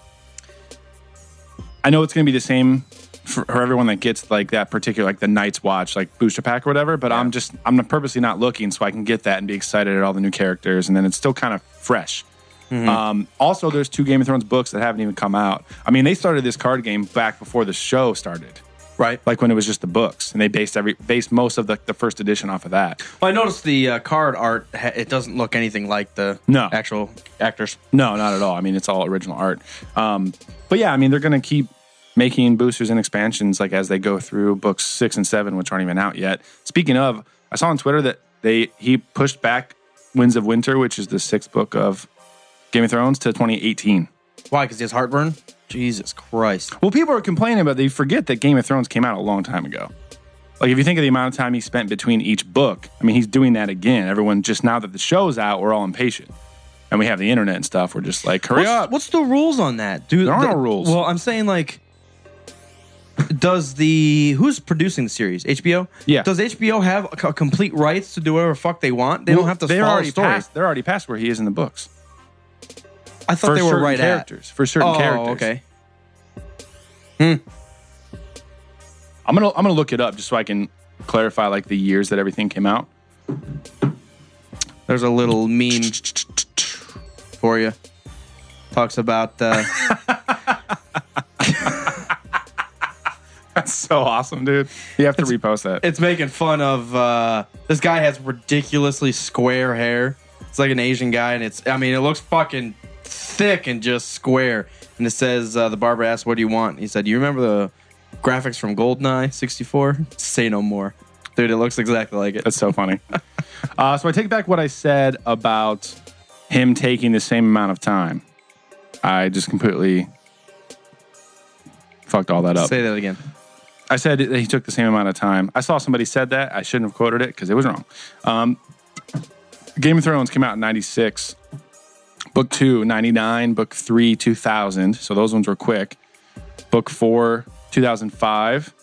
S2: I know it's going to be the same for, for everyone that gets like that particular, like the Night's Watch, like booster pack or whatever. But I'm just I'm purposely not looking so I can get that and be excited at all the new characters, and then it's still kind of fresh. Um, also, there's two Game of Thrones books that haven't even come out. I mean, they started this card game back before the show started,
S1: Right. Like,
S2: like when it was just the books, and they based every based most of the, the first edition off of that.
S1: well, I noticed the uh, card art; ha- it doesn't look anything like the
S2: No.
S1: actual actors.
S2: No, not at all. I mean, it's all original art. Um, but yeah, I mean, they're going to keep making boosters and expansions like as they go through books six and seven, which aren't even out yet. Speaking of, I saw on Twitter that they he pushed back Winds of Winter, which is the sixth book of Game of Thrones, to 2018.
S1: Why? Because he has heartburn. Jesus Christ!
S2: Well, people are complaining, but they forget that Game of Thrones came out a long time ago. Like, if you think of the amount of time he spent between each book, I mean, he's doing that again. Everyone, just now that the show's out, we're all impatient. And we have the internet and stuff. We're just like, hurry up.
S1: What's, what's the rules on that, dude?
S2: There are no rules.
S1: Well, I'm saying like, does the who's producing the series? HBO.
S2: Yeah.
S1: Does HBO have a co- complete rights to do whatever fuck they want? They don't
S2: Well,
S1: have to
S2: they're
S1: follow
S2: already
S1: stories.
S2: Past, they're already past where he is in the books.
S1: I thought
S2: for
S1: they were
S2: certain
S1: right
S2: characters. For
S1: at. Oh,
S2: certain characters.
S1: okay.
S2: I'm gonna I'm gonna look it up just so I can clarify like the years that everything came out.
S1: There's a little meme for you. Talks about uh,
S2: That's so awesome, dude. You have to repost that.
S1: it's making fun of uh, this guy has ridiculously square hair. It's like an Asian guy, and it's I mean it looks fucking thick and just square. And it says uh, the barber asked, "What do you want?" And he said, "You remember the graphics from Goldeneye '64? Say no more, dude. It looks exactly like it."
S2: That's so funny. uh, so I take back what I said about him taking the same amount of time. I just completely fucked all that up.
S1: Say that again.
S2: I said that he took the same amount of time. I saw somebody said that. I shouldn't have quoted it because it was wrong. Um, Game of Thrones came out in 96, book two, 99, book three, 2000. So those ones were quick. Book four, 2005.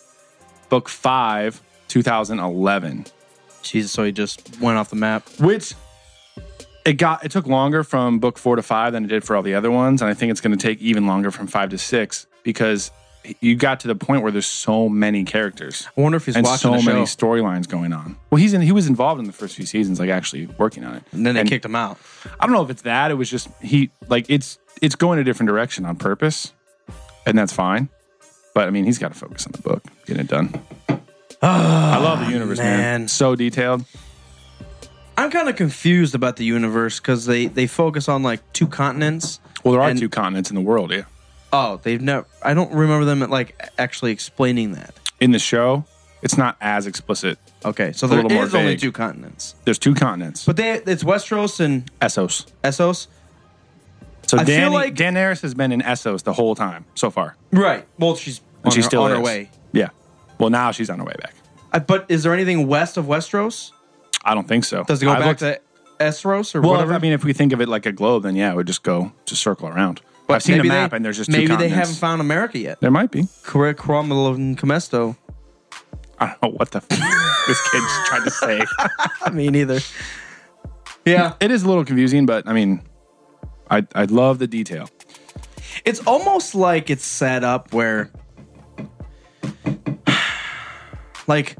S2: Book five, 2011
S1: Jesus, so he just went off the map.
S2: which it got it took longer from book four to five than it did for all the other ones and i think it's going to take even longer from five to six because you got to the point where there's so many characters
S1: I wonder if he's
S2: and
S1: watching
S2: so
S1: the show.
S2: many storylines going on well he's in he was involved in the first few seasons like actually working on it
S1: And then they kicked him out.
S2: i don't know if it's that it was just he like it's it's going a different direction on purpose and that's fine but i mean he's got to focus on the book get it done i love the universe man
S1: Ah, man.
S2: so detailed
S1: I'm kind of confused about the universe because they they focus on like two continents.
S2: well there are
S1: And-
S2: two continents in the world yeah
S1: Oh, they've never. I don't remember them like actually explaining that.
S2: in the show, it's not as explicit.
S1: Okay, so
S2: a
S1: there
S2: little more
S1: is only
S2: vague.
S1: two continents,
S2: There's two continents,
S1: but they it's Westeros and
S2: Essos.
S1: Essos.
S2: So
S1: I feel
S2: Danny,
S1: like-
S2: Daenerys has been in Essos the whole time so far,
S1: Right. Well, she's on,
S2: and she
S1: her,
S2: still
S1: on
S2: is.
S1: her way.
S2: Yeah. Well, now she's on her way back.
S1: I, but is there anything west of Westeros?
S2: I don't think so.
S1: Does it go
S2: I
S1: back
S2: looked-
S1: to Esros or
S2: Well,
S1: whatever?
S2: I mean, if we think of it like a globe, then yeah, it would just go just circle around.
S1: But
S2: I've seen a
S1: maybe
S2: map,
S1: they-
S2: and there's just
S1: maybe
S2: two
S1: they
S2: continents.
S1: haven't found America yet.
S2: There might be.
S1: Cor- Cromwell and Comesto.
S2: I don't know what the f- this kid just tried to say.
S1: I mean, either. Yeah,
S2: It is a little confusing, but I mean, I I love the detail.
S1: It's almost like it's set up where, like,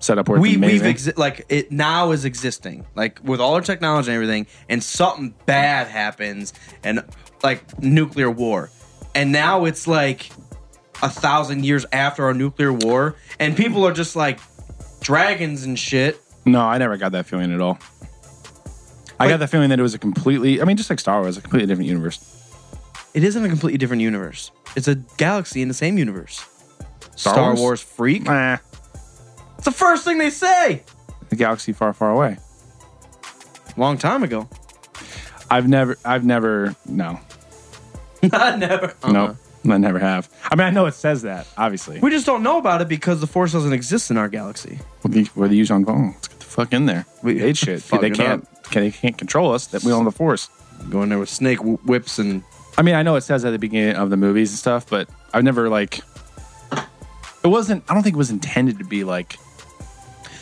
S2: Set up where it's
S1: we we've
S2: amazing.
S1: exi- like it now is existing like with all our technology and everything and something bad happens and like nuclear war and now it's like a thousand years after our nuclear war and people are just like dragons and shit
S2: no, I never got that feeling at all. I got the feeling that it was a completely. I mean, just like Star Wars, a completely different universe.
S1: it isn't a completely different universe it's a galaxy in the same universe star,
S2: Wars?
S1: wars? freak
S2: Eh,
S1: it's the first thing they say
S2: the galaxy far, far away.
S1: long time ago
S2: I've never. I've never. No.
S1: i never uh-uh.
S2: No. I never have. I mean, I know it says that, obviously.
S1: we just don't know about it because the force doesn't exist in our galaxy
S2: What the, what the use on phone? Let's get the fuck in there. We hate shit.
S1: Fuck
S2: they
S1: it
S2: can't. Can, they can't control us. That we own the force.
S1: going there with snake wh- whips and
S2: I mean, I know it says at the beginning of the movies and stuff, but I've never like. It wasn't. I don't think it was intended to be like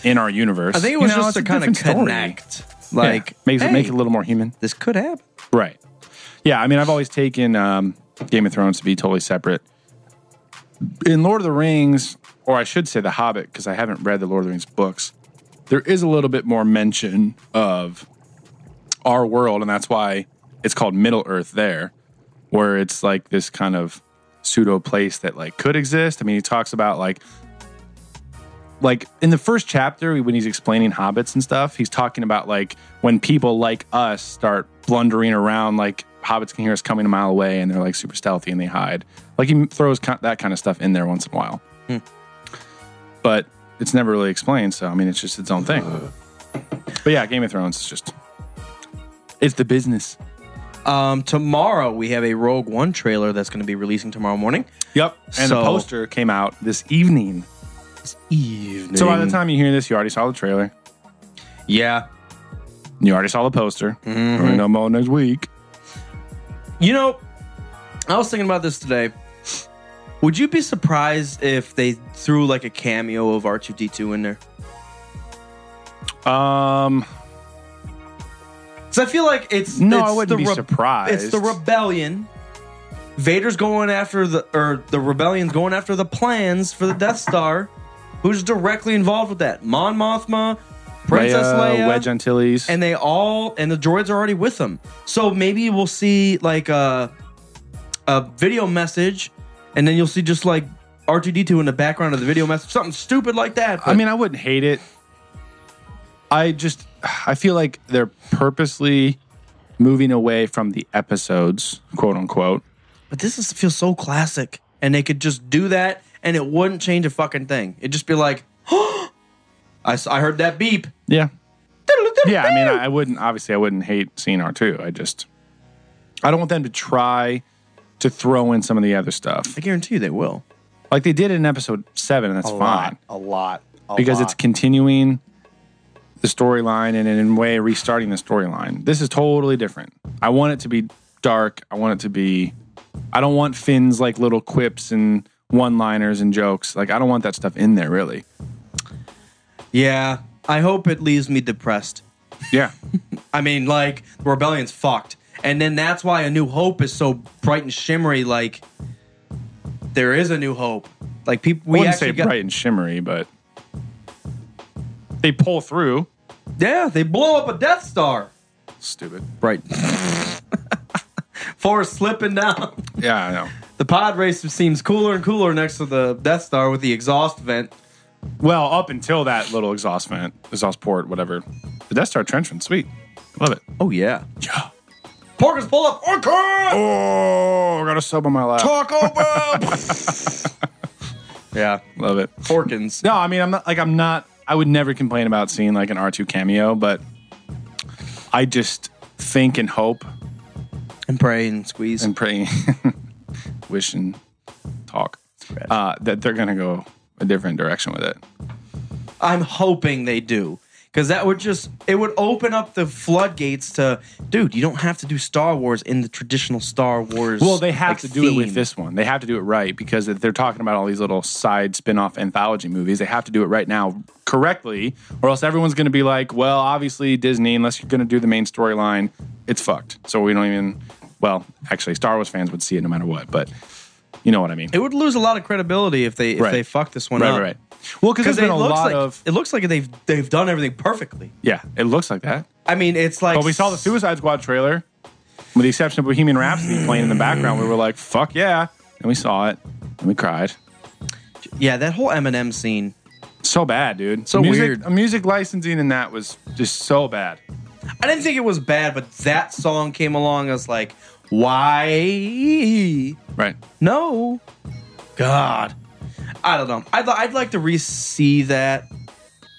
S2: in our universe.
S1: I think it was
S2: You know,
S1: just
S2: it's a
S1: to kind of
S2: different story.
S1: connect.
S2: Yeah.
S1: Like
S2: makes it
S1: hey,
S2: make it a little more human.
S1: This could happen.
S2: Right. Yeah. I mean, I've always taken um, Game of Thrones to be totally separate. In Lord of the Rings, or I should say The Hobbit, because I haven't read the Lord of the Rings books, there is a little bit more mention of our world, and that's why it's called Middle Earth there, where it's like this kind of pseudo place that like could exist. I mean, he talks about like like in the first chapter when he's explaining hobbits and stuff he's talking about like when people like us start blundering around like hobbits can hear us coming a mile away and they're like super stealthy and they hide like he throws ki- that kind of stuff in there once in a while but it's never really explained so i mean it's just its own thing but yeah game of thrones is just it's the business
S1: Um, tomorrow we have a Rogue One trailer that's going to be releasing tomorrow morning.
S2: yep and the
S1: So-
S2: poster came out this evening
S1: Evening.
S2: so by the time you hear this you already saw the trailer
S1: yeah,
S2: you already saw the poster Already know more next week
S1: you know, I was thinking about this today. Would you be surprised if they threw like a cameo of R two D two in there?
S2: um
S1: Because I feel like it's
S2: No,
S1: it's
S2: I wouldn't be surprised.
S1: It's the rebellion. Vader's going after the or the rebellion's going after the plans for the Death Star. Who's directly involved with that? Mon Mothma, Princess Leia,
S2: Wedge Antilles.
S1: and they all and the droids are already with them. So maybe we'll see like a a video message, and then you'll see just like R two D two in the background of the video message, something stupid like that.
S2: I mean, I wouldn't hate it. I just I feel like they're purposely moving away from the episodes, quote unquote.
S1: But this is feels so classic, and they could just do that, and it wouldn't change a fucking thing. It'd just be like, I, s- I heard that beep.
S2: Yeah. Yeah, I mean, I I wouldn't obviously I wouldn't hate seeing R2. I just I don't want them to try to throw in some of the other stuff.
S1: I guarantee you they will.
S2: Like they did in episode 7 and that's
S7: a
S2: fine.
S7: lot, a lot, a
S2: because
S7: lot.
S2: it's continuing the storyline and in a way restarting the storyline. This is totally different. I want it to be dark. I want it to be. I don't want Finn's like little quips and one-liners and jokes. Like I don't want that stuff in there really.
S1: Yeah, I hope it leaves me depressed.
S2: Yeah,
S1: I mean, like the rebellion's fucked, and then that's why A New Hope is so bright and shimmery. Like there is a New Hope. Like people,
S2: we
S1: we
S2: wouldn't say
S1: actually got,
S2: bright and shimmery, but they pull through.
S1: yeah, they blow up a Death Star.
S2: Stupid.
S1: Right. Forrest slipping down.
S2: Yeah, I know.
S1: The pod race seems cooler and cooler next to the Death Star with the exhaust vent.
S2: Well, up until that little exhaust vent, exhaust port, whatever. The Death Star trenchman, sweet, love it.
S1: Oh yeah. Porkers pull up. Orca!
S2: Oh, I got a sub on my lap.
S1: Taco Bell. yeah,
S2: Love it.
S1: Porkins.
S2: No, I mean, I'm not like I'm not. I would never complain about seeing like an R2 cameo, but I just think and hope
S1: And pray and squeeze.
S2: and pray, wish and talk uh, that they're gonna go a different direction with it.
S1: I'm hoping they do. Because that would just, it would open up the floodgates to, dude, you don't have to do Star Wars in the traditional Star Wars.
S2: Well, they have
S1: like,
S2: to do it
S1: theme.
S2: with this one. They have to do it right because if they're talking about all these little side spin-off anthology movies. They have to do it right now correctly, or else everyone's going to be like, "Well, obviously Disney, unless you're going to do the main storyline, it's fucked." So we don't even Well, actually, Star Wars fans would see it no matter what, but you know what I mean.
S1: It would lose a lot of credibility if they if
S2: Right.
S1: they fuck this one
S2: right,
S1: up.
S2: right, right. Well,
S1: Because
S2: because there's
S1: it
S2: been a
S1: looks
S2: lot
S1: like
S2: of
S1: it looks like they've they've done everything perfectly.
S2: yeah, it looks like that.
S1: I mean, it's like
S2: But we saw the Suicide Squad trailer, with the exception of Bohemian Rhapsody playing in the background. We were like, "Fuck yeah!" and we saw it and we cried.
S1: yeah that whole Eminem scene.
S2: So bad, dude.
S1: So
S2: music,
S1: weird.
S2: Music licensing in that was just so bad.
S1: I didn't think it was bad, but that song came along as like, why?
S2: Right.
S1: No, God, I don't know. I'd li- I'd like to re-see that,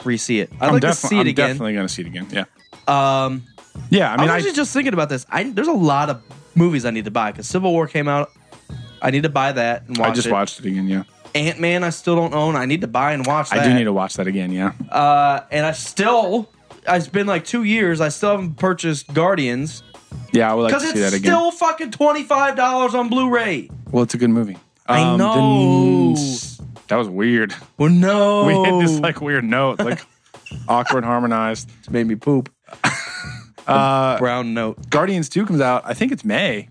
S1: re-see it. I'd
S2: I'm,
S1: like
S2: defi-
S1: to see it
S2: I'm
S1: again.
S2: definitely going to see it again. Yeah.
S1: Um,
S2: Yeah. I
S1: I
S2: mean,
S1: was
S2: I,
S1: actually just thinking about this. I there's a lot of movies I need to buy because Civil War came out. I need to buy that and watch
S2: I just
S1: it.
S2: watched it again. Yeah.
S1: Ant Man. I still don't own. I need to buy and watch. That.
S2: I do need to watch that again. Yeah.
S1: Uh, and I still. It's been like two years. I still haven't purchased Guardians
S2: yeah. I would like to
S1: because
S2: see
S1: it's
S2: that again.
S1: still fucking twenty five dollars on Blu Ray.
S2: well, it's a good movie.
S1: I
S2: Um,
S1: know. Oh.
S2: then s- that was weird.
S1: Well, no,
S2: We hit this like weird note, like awkward harmonized.
S1: made me poop. uh, brown note.
S2: Guardians 2 comes out, I think it's May.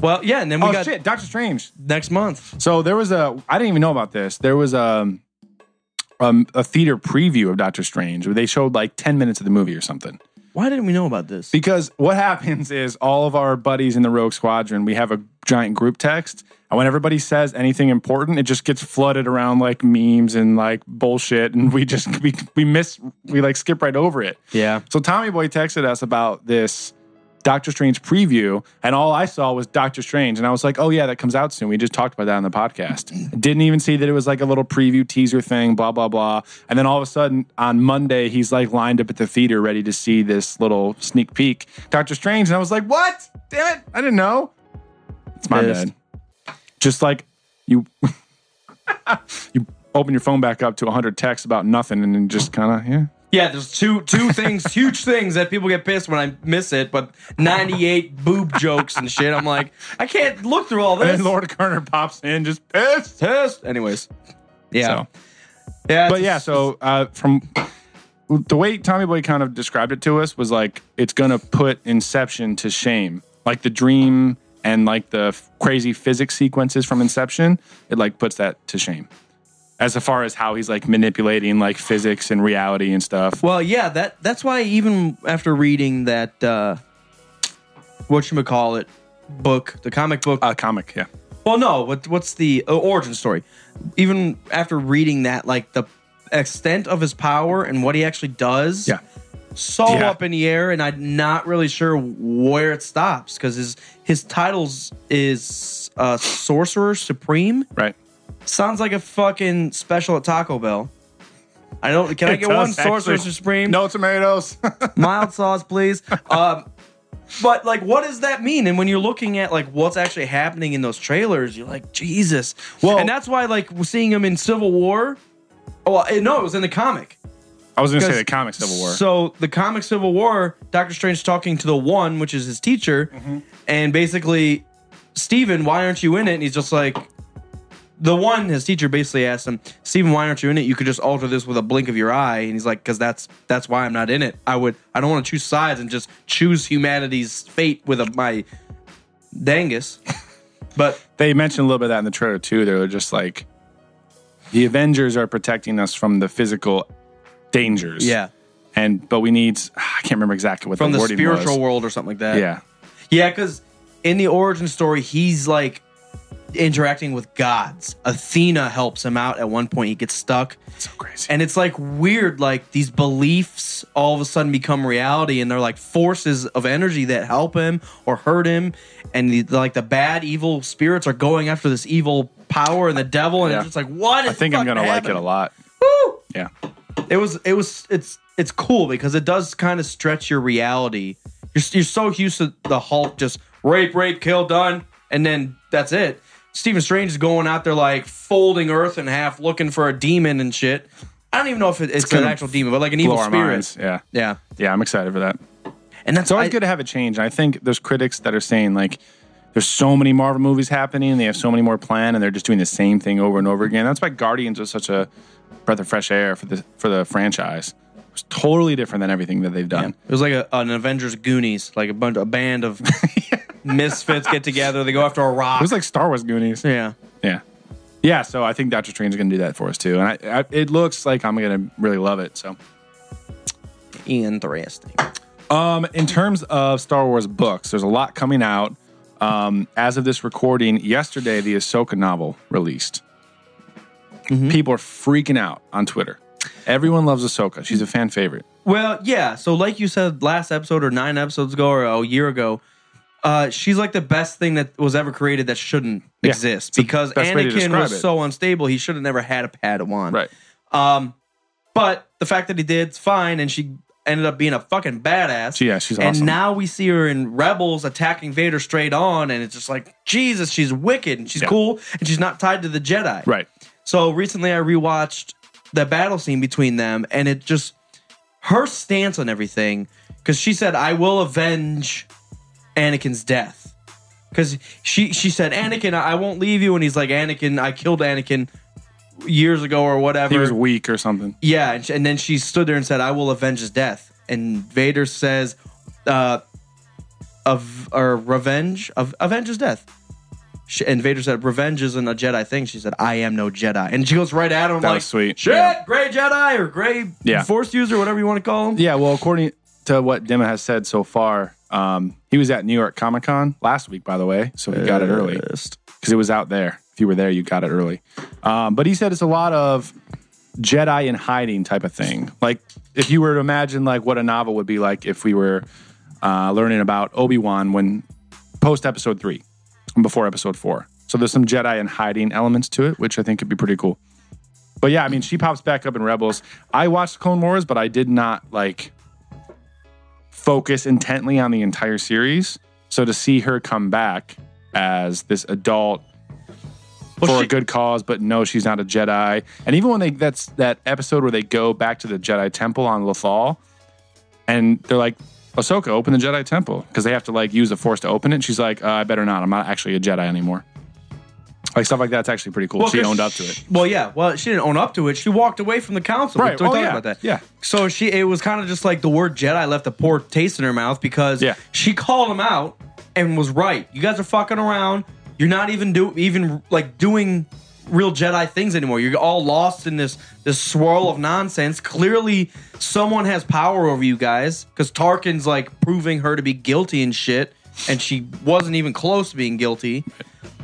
S1: Well, yeah, and then we
S2: Oh,
S1: got
S2: shit. Doctor Strange.
S1: next month.
S2: So there was a I didn't even know about this. There was um um, a theater preview of Doctor Strange where they showed like 10 minutes of the movie or something.
S1: Why didn't we know about this?
S2: Because what happens is all of our buddies in the Rogue Squadron, we have a giant group text. And when everybody says anything important, it just gets flooded around like memes and like bullshit. And we just, we, we miss, we like skip right over it.
S1: Yeah.
S2: So Tommy Boy texted us about this Doctor Strange preview. And all I saw was Doctor Strange. And I was like, oh yeah, that comes out soon. We just talked about that on the podcast. Didn't even see that it was like a little preview teaser thing, blah, blah, blah. And then all of a sudden on Monday, he's like lined up at the theater ready to see this little sneak peek, Doctor Strange. And I was like, what? Damn it. I didn't know. It's my
S1: Pissed.
S2: bad. Just like you. you open your phone back up to 100 texts about nothing and then just kind of yeah
S1: Yeah, there's two two things, huge things that people get pissed when I miss it. But 98 boob jokes and shit. I'm like, I can't look through all
S2: And
S1: this.
S2: then Lord Kerner pops in, just pissed.
S1: Test. Anyways, yeah,
S2: So,
S1: yeah,
S2: but
S1: it's-
S2: yeah, so uh, from the way Tommy Boy kind of described it to us was like it's gonna put Inception to shame, like the dream and like the f- crazy physics sequences from Inception. It like puts that to shame, as far as how he's like manipulating like physics and reality and stuff.
S1: Well, yeah, that that's why even after reading that uh what you call it book, the comic book.
S2: A uh, comic, yeah.
S1: well, no, what what's the uh, origin story? Even after reading that like the extent of his power and what he actually does
S2: Yeah.
S1: so
S2: Yeah.
S1: up in the air and I'm not really sure where it stops cuz his his titles is uh sorcerer supreme
S2: Right.
S1: sounds like a fucking special at Taco Bell. I don't can I
S2: It
S1: get one
S2: does,
S1: sorcerer
S2: actually.
S1: supreme?
S2: No tomatoes.
S1: mild sauce, please. Um, but like, what does that mean? And when you're looking at like what's actually happening in those trailers, you're like, Jesus. Well,
S2: Well-
S1: and that's why like seeing him in Civil War. Oh well, eh, no, it was in the comic.
S2: I was gonna say the comic Civil War.
S1: So the comic Civil War, Doctor Strange talking to the One, which is his teacher,
S2: Mm-hmm.
S1: and basically, Steven, why aren't you in it? And he's just like. The one, his teacher basically asked him, Steven, why aren't you in it? You could just alter this with a blink of your eye. And he's like, because that's that's why I'm not in it. I would I don't want to choose sides and just choose humanity's fate with a, my dangus. But
S2: they mentioned a little bit of that in the trailer too. They were just like, the Avengers are protecting us from the physical dangers.
S1: yeah,
S2: and but we need I can't remember exactly what
S1: from the
S2: the wording
S1: spiritual
S2: was.
S1: world or something like that.
S2: Yeah,
S1: Yeah, because in the origin story, he's like interacting with gods. Athena helps him out at one point. He gets stuck.
S2: so crazy.
S1: And it's like weird, like these beliefs all of a sudden become reality, and they're like forces of energy that help him or hurt him. And the, like the bad, evil spirits are going after this evil power and the devil. And
S2: Yeah.
S1: it's just like, what?
S2: I think I'm gonna like it a lot.
S1: Woo!
S2: Yeah,
S1: It was it was it's it's cool because it does kind of stretch your reality. You're you're so used to the Hulk just rape, rape, kill, done, and then that's it. Stephen Strange is going out there like folding Earth in half, looking for a demon and shit. I don't even know if it, it's, an
S2: gonna
S1: actual demon, but like an
S2: blow
S1: evil
S2: our
S1: spirit.
S2: minds. Yeah,
S1: Yeah,
S2: yeah, I'm excited for that.
S1: and that's
S2: It's always
S1: I-
S2: good to have a change. And I think there's critics that are saying like, there's so many Marvel movies happening, and they have so many more planned, and they're just doing the same thing over and over again. That's why Guardians was such a breath of fresh air for the for the franchise. It was totally different than everything that they've done.
S1: It was like a, an Avengers Goonies, like a bunch, a band of misfits get together. They go after a rock.
S2: It was like Star Wars Goonies.
S1: yeah.
S2: Yeah. Yeah, so I think Doctor Strange is going to do that for us too. And I, I, it looks like I'm going to really love it. So,
S1: Interesting.
S2: um, in terms of Star Wars books, there's a lot coming out. Um, as of this recording, yesterday, the Ahsoka novel released. People are freaking out on Twitter. Everyone loves Ahsoka. She's a fan favorite.
S1: Well, yeah. So, like you said last episode or nine episodes ago or a year ago, uh, she's like the best thing that was ever created that shouldn't
S2: Yeah,
S1: exist
S2: it's the
S1: because
S2: best way to
S1: Anakin was
S2: describe it.
S1: so unstable. He should have never had a Padawan. Um, but the fact that he did is fine, and she ended up being a fucking badass.
S2: Yeah, she's
S1: And
S2: awesome.
S1: now we see her in Rebels attacking Vader straight on, and it's just like Jesus, she's wicked and she's
S2: Yeah.
S1: cool, and she's not tied to the Jedi.
S2: Right.
S1: So recently, I rewatched the battle scene between them, and it just her stance on everything because she said, "I will avenge Anakin's death." Because she she said, "Anakin, I I won't leave you," and he's like, "Anakin, I killed Anakin." Years ago, or whatever,
S2: He was weak or something.
S1: yeah, and, sh and then she stood there and said, "I will avenge his death." And Vader says, "Uh, of or revenge of avenge his death." Sh and Vader said, "Revenge isn't a Jedi thing." She said, "I am no Jedi," and she goes right at him
S2: That
S1: like,
S2: was sweet.
S1: "Shit,
S2: Yeah.
S1: gray Jedi or gray
S2: Yeah.
S1: Force user, whatever you want to call him."
S2: Yeah, well, according to what Dima has said so far, um, he was at New York Comic Con last week, by the way, so he got it early because it was out there. If you were there, you got it early. Um, but he said it's a lot of Jedi in hiding type of thing. Like if you were to imagine like what a novel would be like if we were uh, learning about Obi Wan when post Episode three, and before Episode four. So there's some Jedi in hiding elements to it, which I think could be pretty cool. But yeah, I mean, she pops back up in Rebels. I watched Clone Wars, but I did not like focus intently on the entire series. So to see her come back as this adult
S1: Well,
S2: for
S1: she-
S2: a good cause, but no, she's not a Jedi. And even when they that's that episode where they go back to the Jedi Temple on Lothal, and they're like, "Ahsoka, open the Jedi Temple," because they have to like use the Force to open it. She's like, uh, "I better not. I'm not actually a Jedi anymore." Like stuff like that's actually pretty cool.
S1: Well,
S2: she
S1: 'cause
S2: owned up to it.
S1: Well, yeah. Well, she didn't own up to it. She walked away from the council.
S2: Right.
S1: We talked
S2: Oh, yeah.
S1: about that.
S2: Yeah.
S1: So she, it was kind of just like the word Jedi left a poor taste in her mouth because
S2: Yeah.
S1: she called him out and was right. You guys are fucking around. You're not even do even like doing real Jedi things anymore. You're all lost in this this swirl of nonsense. Clearly, someone has power over you guys because Tarkin's like proving her to be guilty and shit, and she wasn't even close to being guilty.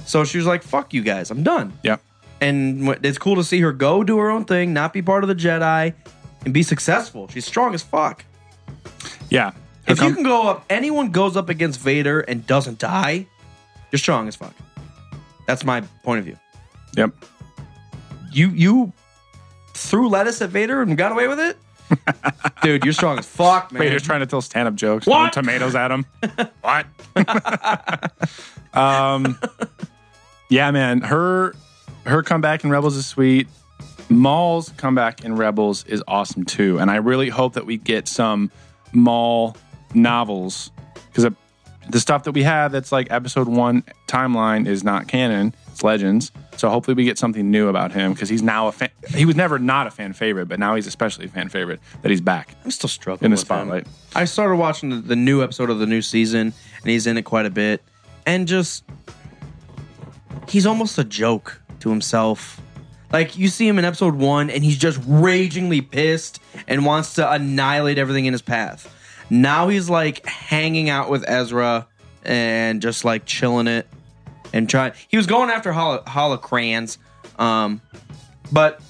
S1: So she was like, "Fuck you guys, I'm done."
S2: Yeah.
S1: and wh- it's cool to see her go do her own thing, not be part of the Jedi, and be successful. She's strong as fuck.
S2: Yeah. Her
S1: If you
S2: com-
S1: can go up, anyone goes up against Vader and doesn't die, you're strong as fuck. That's my point of view.
S2: yep.
S1: You you threw lettuce at Vader and got away with it, dude. You're strong as fuck, man.
S2: Vader's trying to tell stand-up jokes.
S1: What?
S2: throwing tomatoes at him. what? um, yeah, man. Her her comeback in Rebels is sweet. Maul's comeback in Rebels is awesome too, and I really hope that we get some Maul novels because the stuff that we have that's like Episode One timeline is not canon; it's Legends. So hopefully we get something new about him because he's now a fan. He was never not a fan favorite, but now he's especially a fan favorite that he's back.
S1: I'm still struggling
S2: In
S1: with
S2: the
S1: him.
S2: spotlight.
S1: I started watching the, the new episode of the new season, and he's in it quite a bit, and just he's almost a joke to himself. Like you see him in episode one, and he's just ragingly pissed and wants to annihilate everything in his path. Now he's like hanging out with Ezra and just like chilling it and trying. He was going after Hol- Holocrans, um, but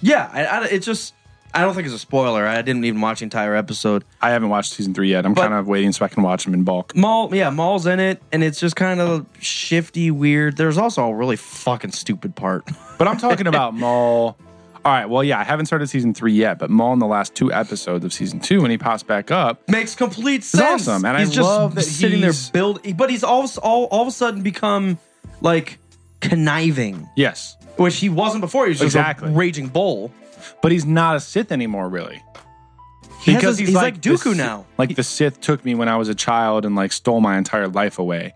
S1: yeah, I, I, it just I don't think it's a spoiler. I didn't even watch the entire episode.
S2: I haven't watched season three yet. I'm
S1: But-
S2: kind of waiting so I can watch them in bulk.
S1: Maul, yeah, Maul's in it, and it's just kind of shifty, weird. There's also a really fucking stupid part.
S2: But I'm talking about Maul. All right, well, yeah, I haven't started season three yet, but Maul in the last two episodes of season two, when he pops back up,
S1: Makes complete sense.
S2: awesome, and I
S1: he's just
S2: love that
S1: sitting there
S2: he's-
S1: building, but he's all, all all of a sudden become like conniving,
S2: yes,
S1: which he wasn't before. He was just
S2: Exactly.
S1: a raging bull.
S2: but he's not a Sith anymore, really.
S1: He has a- he's like
S2: the
S1: Dooku
S2: Sith-
S1: now.
S2: Like the Sith took me when I was a child and like stole my entire life away,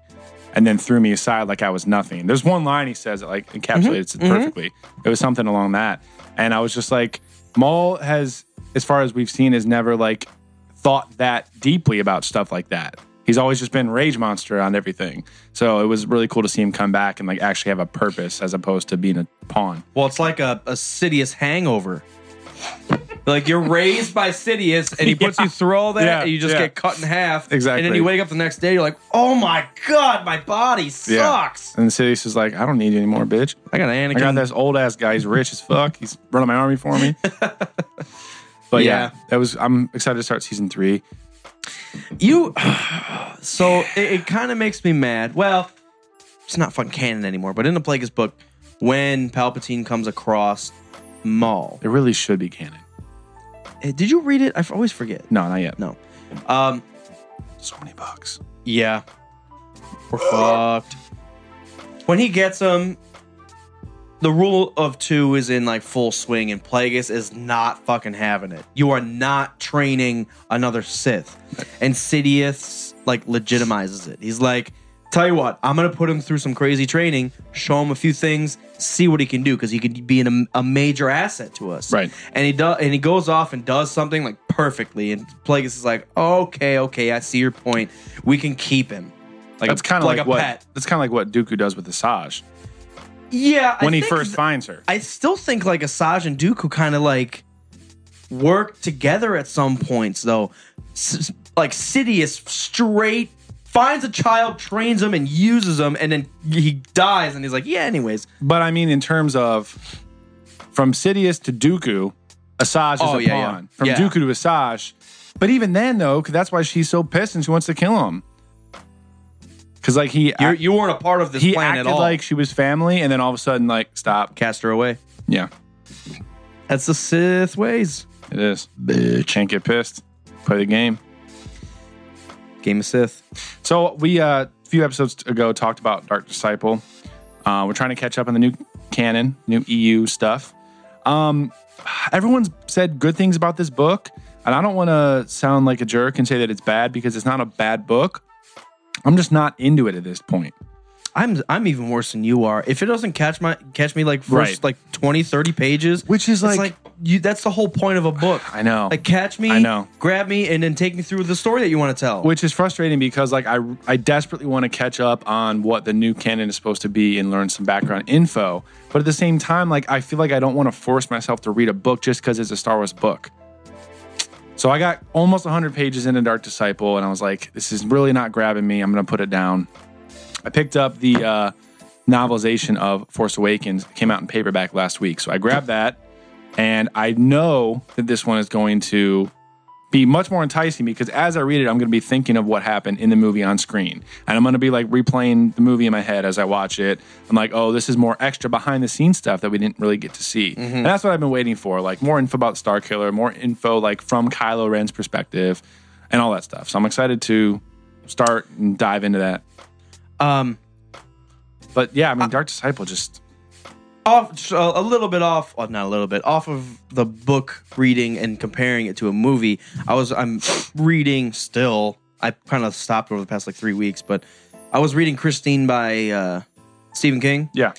S2: and then threw me aside like I was nothing. There's one line he says that like
S1: Mm-hmm.
S2: encapsulates it perfectly. It was something along that, and I was just like, Maul has, as far as we've seen, has never like thought that deeply about stuff like that. He's always just been rage monster on everything. So it was really cool to see him come back and like actually have a purpose as opposed to being a pawn.
S1: Well, it's like a, a Sidious hangover. Like you're raised by Sidious, and he puts you through all that,
S2: Yeah,
S1: and you just
S2: yeah.
S1: get cut in half.
S2: Exactly.
S1: And then you wake up the next day, you're like, "Oh my god, my body sucks."
S2: And Sidious is like, I don't need you anymore, bitch.
S1: I got
S2: I
S1: Anakin.
S2: got this old ass guy. He's rich as fuck. He's running my army for me.
S1: Yeah.
S2: but yeah, that was. I'm excited to start season three.
S1: You. so it, it kind of makes me mad. Well, it's not fun canon anymore, but in the Plagueis book, when Palpatine comes across Maul,
S2: It really should be canon.
S1: Eh, did you read it? I f- always forget.
S2: No, not yet.
S1: No. Um.
S2: So many bucks.
S1: Yeah. We're fucked. When he gets him, the rule of two is in like full swing, and Plagueis is not fucking having it. You are not training another Sith. And Sidious like legitimizes it. He's like, tell you what, I'm gonna put him through some crazy training, show him a few things, see what he can do, because he could be an, a major asset to us.
S2: Right.
S1: And he does, and he goes off and does something like perfectly, and Plagueis is like, okay, okay, I see your point. We can keep him. Like
S2: That's
S1: a-
S2: kind of like,
S1: a
S2: what.
S1: pet.
S2: That's kind of like what Dooku does with Asajj
S1: Yeah, I
S2: when he
S1: think
S2: first
S1: th-
S2: finds her.
S1: I still think like Asajj and Dooku kind of like work together at some points though. S- like Sidious straight finds a child, trains him, and uses him, and then he dies, and he's like, yeah, anyways.
S2: But I mean, in terms of from Sidious to Dooku, Asajj is
S1: Oh,
S2: a
S1: yeah, yeah.
S2: pawn. From
S1: Yeah.
S2: Dooku to Asajj. But even then, though, 'cause that's why she's so pissed and she wants to kill him. Because like he,
S1: You're, you weren't a part of this
S2: he
S1: plan at
S2: acted
S1: all.
S2: like she was family, and then all of a sudden, like stop.
S1: Cast her away.
S2: Yeah,
S1: That's the Sith ways.
S2: it is. Can't get pissed. Play the game.
S1: Game of Sith.
S2: So we uh, a few episodes ago talked about Dark Disciple. Uh, we're trying to catch up on the new canon, new EU stuff. Um, everyone's said good things about this book, and I don't want to sound like a jerk and say that it's bad because it's not a bad book. I'm just not into it at this point.
S1: I'm I'm even worse than you are. If it doesn't catch my catch me like first
S2: Right.
S1: like 20, 30 pages,
S2: Which is
S1: it's
S2: like-
S1: you that's the whole point of a book.
S2: I know.
S1: Like catch me,
S2: I know.
S1: grab me, and then take me through the story that you want to tell.
S2: which is frustrating because like I I desperately want to catch up on what the new canon is supposed to be and learn some background info, but at the same time like I feel like I don't want to force myself to read a book just because it's a Star Wars book. So I got almost 100 pages into Dark Disciple and I was like this is really not grabbing me. I'm going to put it down. I picked up the uh novelization of Force Awakens. It came out in paperback last week. So I grabbed that and I know that this one is going to be much more enticing because as I read it, I'm going to be thinking of what happened in the movie on screen. And I'm going to be like replaying the movie in my head as I watch it. I'm like, oh, this is more extra behind the scenes stuff that we didn't really get to see. And that's what I've been waiting for like more info about Star Killer, more info like from Kylo Ren's perspective, and all that stuff. So I'm excited to start and dive into that.
S1: um
S2: But yeah, I mean, Dark Disciple just,
S1: off just a a little bit off well, not a little bit off of the book reading and comparing it to a movie i was i'm reading still i kind of stopped over the past like three weeks but i was reading christine by uh, stephen king
S2: yeah.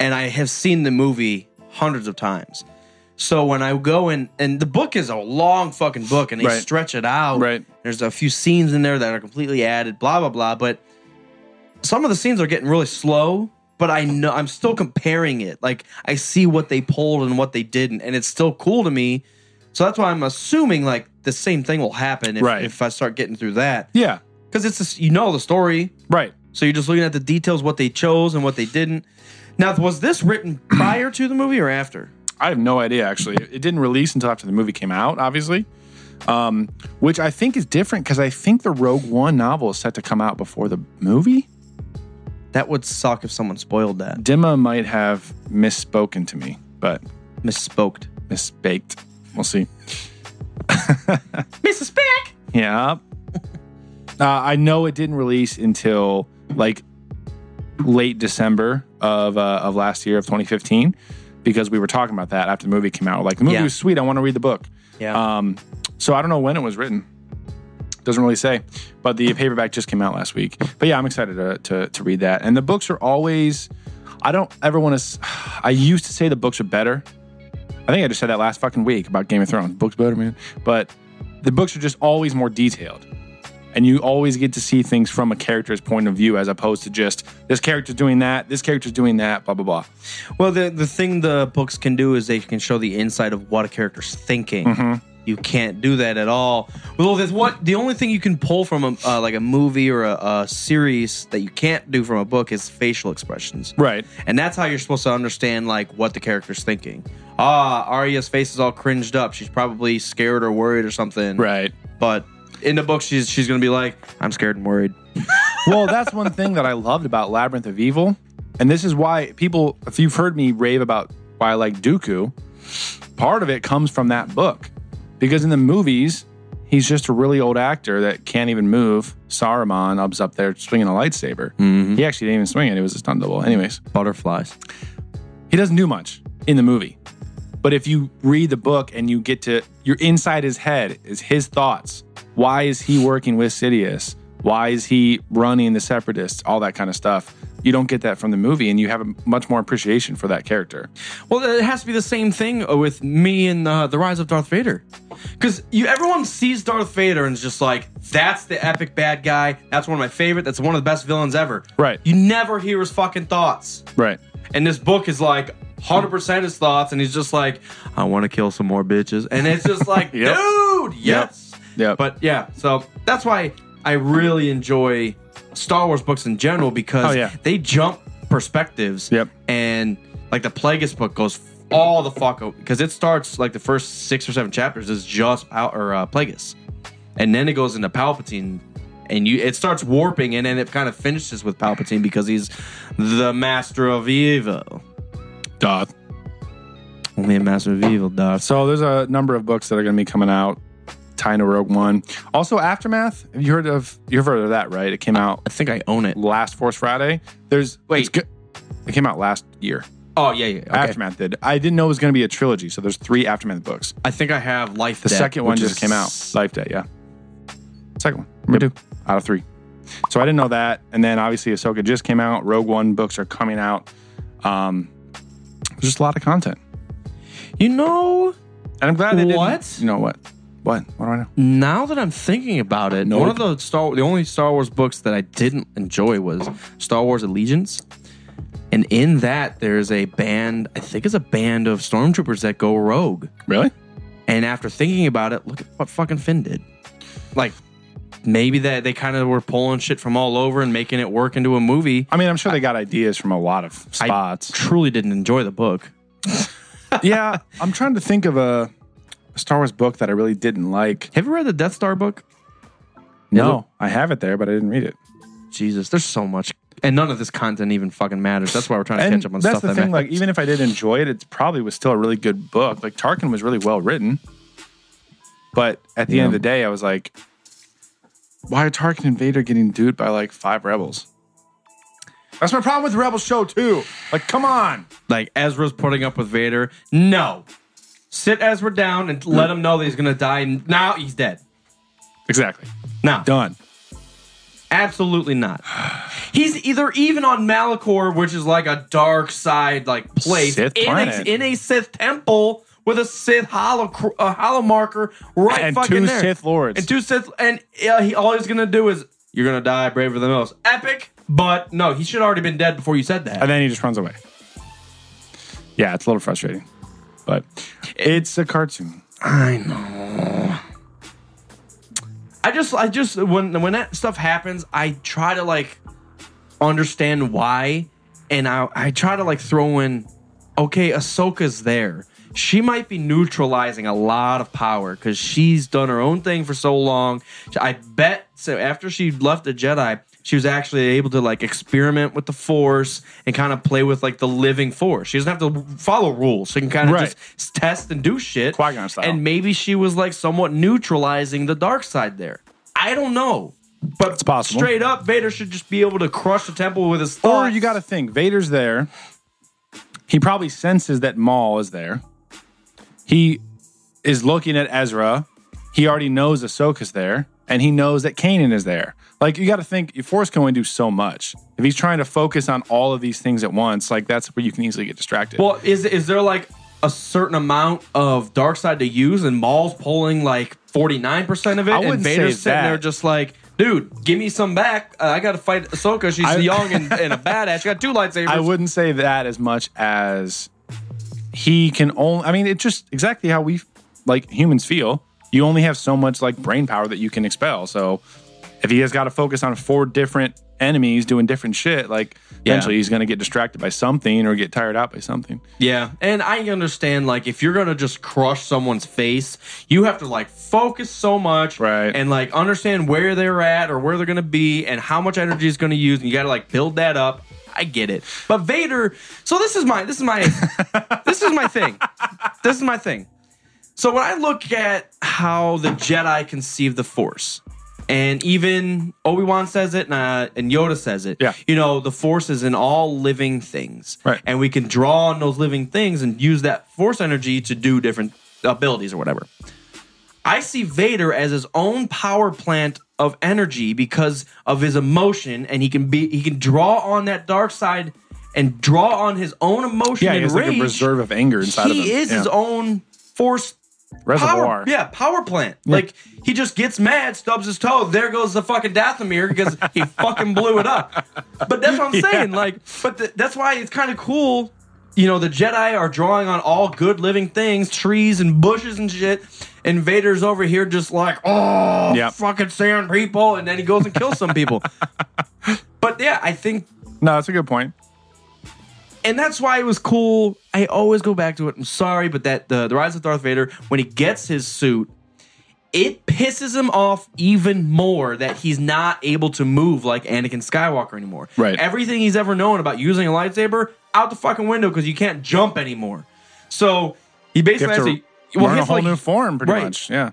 S1: and i have seen the movie hundreds of times so when i go in and the book is a long fucking book and they
S2: Right.
S1: stretch it out
S2: Right.
S1: there's a few scenes in there that are completely added blah blah blah but some of the scenes are getting really slow but i know i'm still comparing it like i see what they pulled and what they didn't and it's still cool to me so that's why i'm assuming like the same thing will happen if,
S2: Right.
S1: if i start getting through that
S2: Yeah.
S1: because it's just, you know the story
S2: Right.
S1: so you're just looking at the details what they chose and what they didn't now was this written prior to the movie or after
S2: I have no idea actually. It didn't release until after the movie came out, obviously. Um, which I think is different because I think the Rogue One novel is set to come out before the movie.
S1: that would suck if someone spoiled that
S2: Dima might have misspoken to me, but
S1: misspoked
S2: misbaked. We'll see.
S1: mrs Speck!
S2: Yeah. Uh, I know it didn't release until like late December of uh, of last year of 2015 because we were talking about that after the movie came out. Like the movie
S1: Yeah.
S2: was sweet. I want to read the book.
S1: yeah
S2: Um, so I don't know when it was written. Doesn't really say, but the paperback just came out last week. But yeah, I'm excited to to, to read that. And the books are always. I don't ever want to. I used to say the books are better. I think I just said that last fucking week about Game of Thrones. Books better, man. But the books are just always more detailed. and you always get to see things from a character's point of view as opposed to just this character's doing that, this character's doing that, blah blah blah.
S1: Well, the the thing the books can do is they can show the inside of what a character's thinking. You can't do that at all. Well, that's what the only thing you can pull from a uh, like a movie or a, a series that you can't do from a book is facial expressions.
S2: Right.
S1: And that's how you're supposed to understand like what the character's thinking. Ah, Arya's face is all cringed up. She's probably scared or worried or something.
S2: Right.
S1: But in the book, she's she's gonna be like, "I'm scared and worried."
S2: well, that's one thing that I loved about Labyrinth of Evil. And this is why people, if you've heard me rave about why I like Dooku, part of it comes from that book. Because in the movies, he's just a really old actor that can't even move. Saruman ups up there swinging a lightsaber. He actually didn't even swing it, it was a stunt double. Anyways,
S1: Butterflies.
S2: he doesn't do much in the movie. But if you read the book and you get to, you're inside his head, is his thoughts. Why is he working with Sidious? Why is he running the Separatists? All that kind of stuff. You don't get that from the movie, and you have a much more appreciation for that character.
S1: Well, it has to be the same thing with me and uh, the Rise of Darth Vader, because you everyone sees Darth Vader and is just like, "That's the epic bad guy. That's one of my favorite. That's one of the best villains ever."
S2: Right.
S1: You never hear his fucking thoughts,
S2: Right.
S1: and this book is like. 100% his thoughts, and he's just like, I want to kill some more bitches. And it's just like,
S2: Yep.
S1: dude, yes.
S2: Yep.
S1: But yeah, so that's why I really enjoy Star Wars books in general because
S2: Oh, yeah.
S1: they jump perspectives.
S2: Yep.
S1: And like the Plagueis book goes all the fuck over because it starts like the first six or seven chapters is just Pal- or uh, Plagueis, and then it goes into Palpatine, and you it starts warping, and then it kind of finishes with Palpatine because he's the master of evil.
S2: Doth.
S1: Only a master of evil does.
S2: So there's a number of books that are going to be coming out. Tying to Rogue One. Also, Aftermath. Have you heard of? You've heard of that, right? It came out
S1: I think I own it.
S2: last Force Friday. There's
S1: Wait.
S2: it's go- It came out last year.
S1: Oh yeah, yeah. okay.
S2: Aftermath did. I didn't know it was going to be a trilogy, so there's three Aftermath books.
S1: I think I have Life.
S2: The
S1: Debt,
S2: second one
S1: which
S2: just
S1: is-
S2: came out. Life Debt, yeah. Second one. Number two out of three. So I didn't know that. And then obviously Ahsoka just came out. Rogue One books are coming out. Um, there's just a lot of content.
S1: You know,
S2: And I'm glad they didn't.
S1: What? Mm.
S2: You know what? What? What do I know?
S1: now that I'm thinking about it,
S2: Nope.
S1: one of the Star the only Star Wars books that I didn't enjoy was Star Wars Allegiance. And in that there's a band, I think it's a band of stormtroopers that go rogue.
S2: Really?
S1: And after thinking about it, look at what fucking Finn did. Like maybe that they kind of were pulling shit from all over and making it work into a movie.
S2: I mean, I'm sure they got ideas from a lot of
S1: I
S2: spots.
S1: truly didn't enjoy the book.
S2: yeah. I'm trying to think of a, a Star Wars book that I really didn't like.
S1: Have you read the Death Star book?
S2: No, I have it there, but I didn't read it.
S1: Jesus, there's so much and none of this content even fucking matters. That's why we're trying to
S2: and
S1: catch up on
S2: that's
S1: stuff
S2: the
S1: that
S2: thing. Like,
S1: matters.
S2: even if I did enjoy it, it probably was still a really good book. Like, Tarkin was really well written, but at the end of the day, I was like, why are Tarkin and Vader getting duped by like five rebels? That's my problem with the Rebels show too. Like, come on,
S1: like Ezra's putting up with Vader. No. Sit Ezra down and let him know that he's gonna die. Now he's dead.
S2: exactly.
S1: Now,
S2: Done.
S1: absolutely not. He's either even on Malachor, which is like a dark side like place,
S2: Sith
S1: in, a,
S2: planet.
S1: in a Sith temple with a Sith hollow a hollow marker right
S2: And
S1: fucking
S2: two
S1: there.
S2: Sith lords.
S1: and two Sith, and uh, he, all he's gonna do is you're gonna die braver than most. Epic, but no, he should already been dead before you said that.
S2: And then he just runs away. Yeah, it's a little frustrating, but it's a cartoon.
S1: I know. I just, I just, when when that stuff happens, I try to like understand why, and I, I try to like throw in, okay, Ahsoka's there. She might be neutralizing a lot of power because she's done her own thing for so long. I bet so. After she left the Jedi, she was actually able to like experiment with the Force and kind of play with like the living Force. She doesn't have to follow rules. She can kind of
S2: Right.
S1: just s- test and do shit.
S2: Qui-Gon style.
S1: And maybe she was like somewhat neutralizing the dark side there. I don't know. But it's
S2: possible.
S1: Straight up, Vader should just be able to crush the temple with his
S2: Or
S1: thoughts.
S2: you got to think Vader's there. He probably senses that Maul is there. He is looking at Ezra. He already knows Ahsoka's there, and he knows that Kanan is there. Like you got to think, your Force can only do so much. If he's trying to focus on all of these things at once, like that's where you can easily get distracted.
S1: Well, is is there like a certain amount of dark side to use, and Maul's pulling like forty nine percent of it,
S2: I
S1: and
S2: wouldn't say
S1: Vader's sitting
S2: that.
S1: there just like, dude, give me some back. Uh, I got to fight Ahsoka. She's
S2: I-
S1: young and, and a badass. She got two lightsabers.
S2: I wouldn't say that as much as he can only. I mean, it's just exactly how we like humans feel. You only have so much like brain power that you can expel. So if he has got to focus on four different enemies doing different shit, like eventually he's going to get distracted by something or get tired out by something.
S1: Yeah, and I understand like if you're gonna just crush someone's face, you have to like focus so much,
S2: Right.
S1: And like understand where they're at or where they're gonna be and how much energy is gonna use, and you gotta like build that up. I get it, but Vader. So this is my this is my this is my thing. This is my thing. So when I look at how the Jedi conceive the Force, and even Obi Wan says it, and, uh, and Yoda says it.
S2: Yeah.
S1: you know the Force is in all living things,
S2: Right.
S1: And we can draw on those living things and use that Force energy to do different abilities or whatever. I see Vader as his own power plant of energy because of his emotion, and he can be he can draw on that dark side and draw on his own emotion
S2: Yeah, he
S1: and
S2: has
S1: rage.
S2: like a reserve of anger inside of him.
S1: he is
S2: Yeah.
S1: his own force Power,
S2: reservoir.
S1: yeah, power plant. Like he just gets mad, stubs his toe. There goes the fucking Dathomir because he fucking blew it up. But that's what I'm saying. Like, but th- that's why it's kind of cool. You know, the Jedi are drawing on all good living things, trees and bushes and shit. And Vader's over here just like, oh,
S2: Yeah.
S1: fucking sand people, and then he goes and kills some people. but yeah, I think
S2: No, that's a good point.
S1: and that's why it was cool. I always go back to it. I'm sorry, but that the, the rise of Darth Vader when he gets his suit, it pisses him off even more that he's not able to move like Anakin Skywalker anymore.
S2: Right.
S1: Everything he's ever known about using a lightsaber out the fucking window because you can't jump anymore. So he
S2: You
S1: basically
S2: have to
S1: has to- well,
S2: learn
S1: he
S2: a
S1: has to,
S2: whole
S1: like-
S2: new form, pretty
S1: right.
S2: much. Yeah.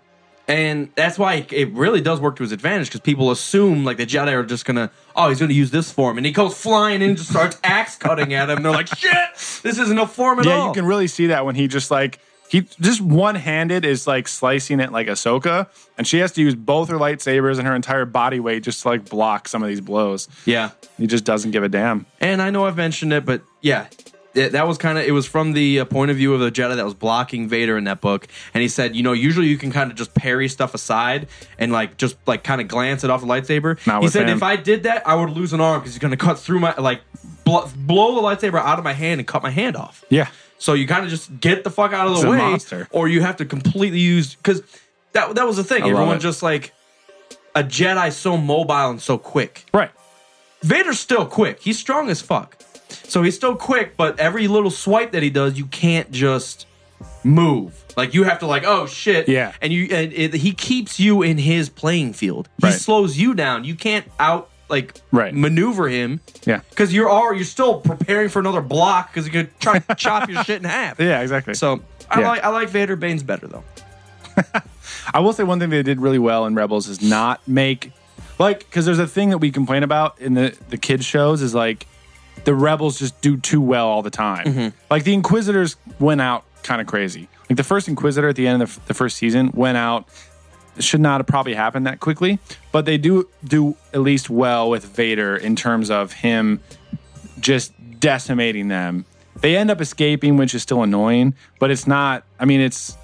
S1: and that's why it- it really does work to his advantage because people assume like the Jedi are just gonna, oh, he's gonna use this form, and he goes flying in and just starts axe cutting at him. And they're like, shit, this isn't a form at
S2: yeah,
S1: all.
S2: you can really see that when he just like he just one handed is like slicing it like Ahsoka, and she has to use both her lightsabers and her entire body weight just to like block some of these blows.
S1: yeah,
S2: He just doesn't give a damn.
S1: and I know I've mentioned it, but yeah, it, that was kind of it was from the uh, point of view of the Jedi that was blocking Vader in that book, and he said, you know, usually you can kind of just parry stuff aside and like just like kind of glance it off the lightsaber.
S2: Not
S1: he
S2: with
S1: said,
S2: him.
S1: if I did that, I would lose an arm because he's gonna cut through my like bl- blow the lightsaber out of my hand and cut my hand off.
S2: Yeah,
S1: So you kind of just get the fuck out of
S2: It's
S1: the
S2: a
S1: way,
S2: monster.
S1: or you have to completely use because that that was the thing.
S2: I love
S1: Everyone
S2: it.
S1: just like a Jedi so mobile and so quick.
S2: right.
S1: Vader's still quick. He's strong as fuck, so he's still quick. But every little swipe that he does, you can't just move. Like you have to like oh shit
S2: Yeah.
S1: and you and it, he keeps you in his playing field. He
S2: Right.
S1: slows you down. You can't out like
S2: Right.
S1: maneuver him.
S2: Yeah.
S1: because you're all you're still preparing for another block because you're gonna try to chop your shit in half.
S2: Yeah, exactly.
S1: So I
S2: Yeah.
S1: like I like Vader Bane's better though.
S2: I will say one thing they did really well in Rebels is not make like because there's a thing that we complain about in the the kids shows is like the rebels just do too well all the time. Like the Inquisitors went out kind of crazy. Like the first Inquisitor at the end of the, the first season went out. It should not have probably happened that quickly, but they do do at least well with Vader in terms of him just decimating them. They end up escaping, which is still annoying, but it's not. I mean, it's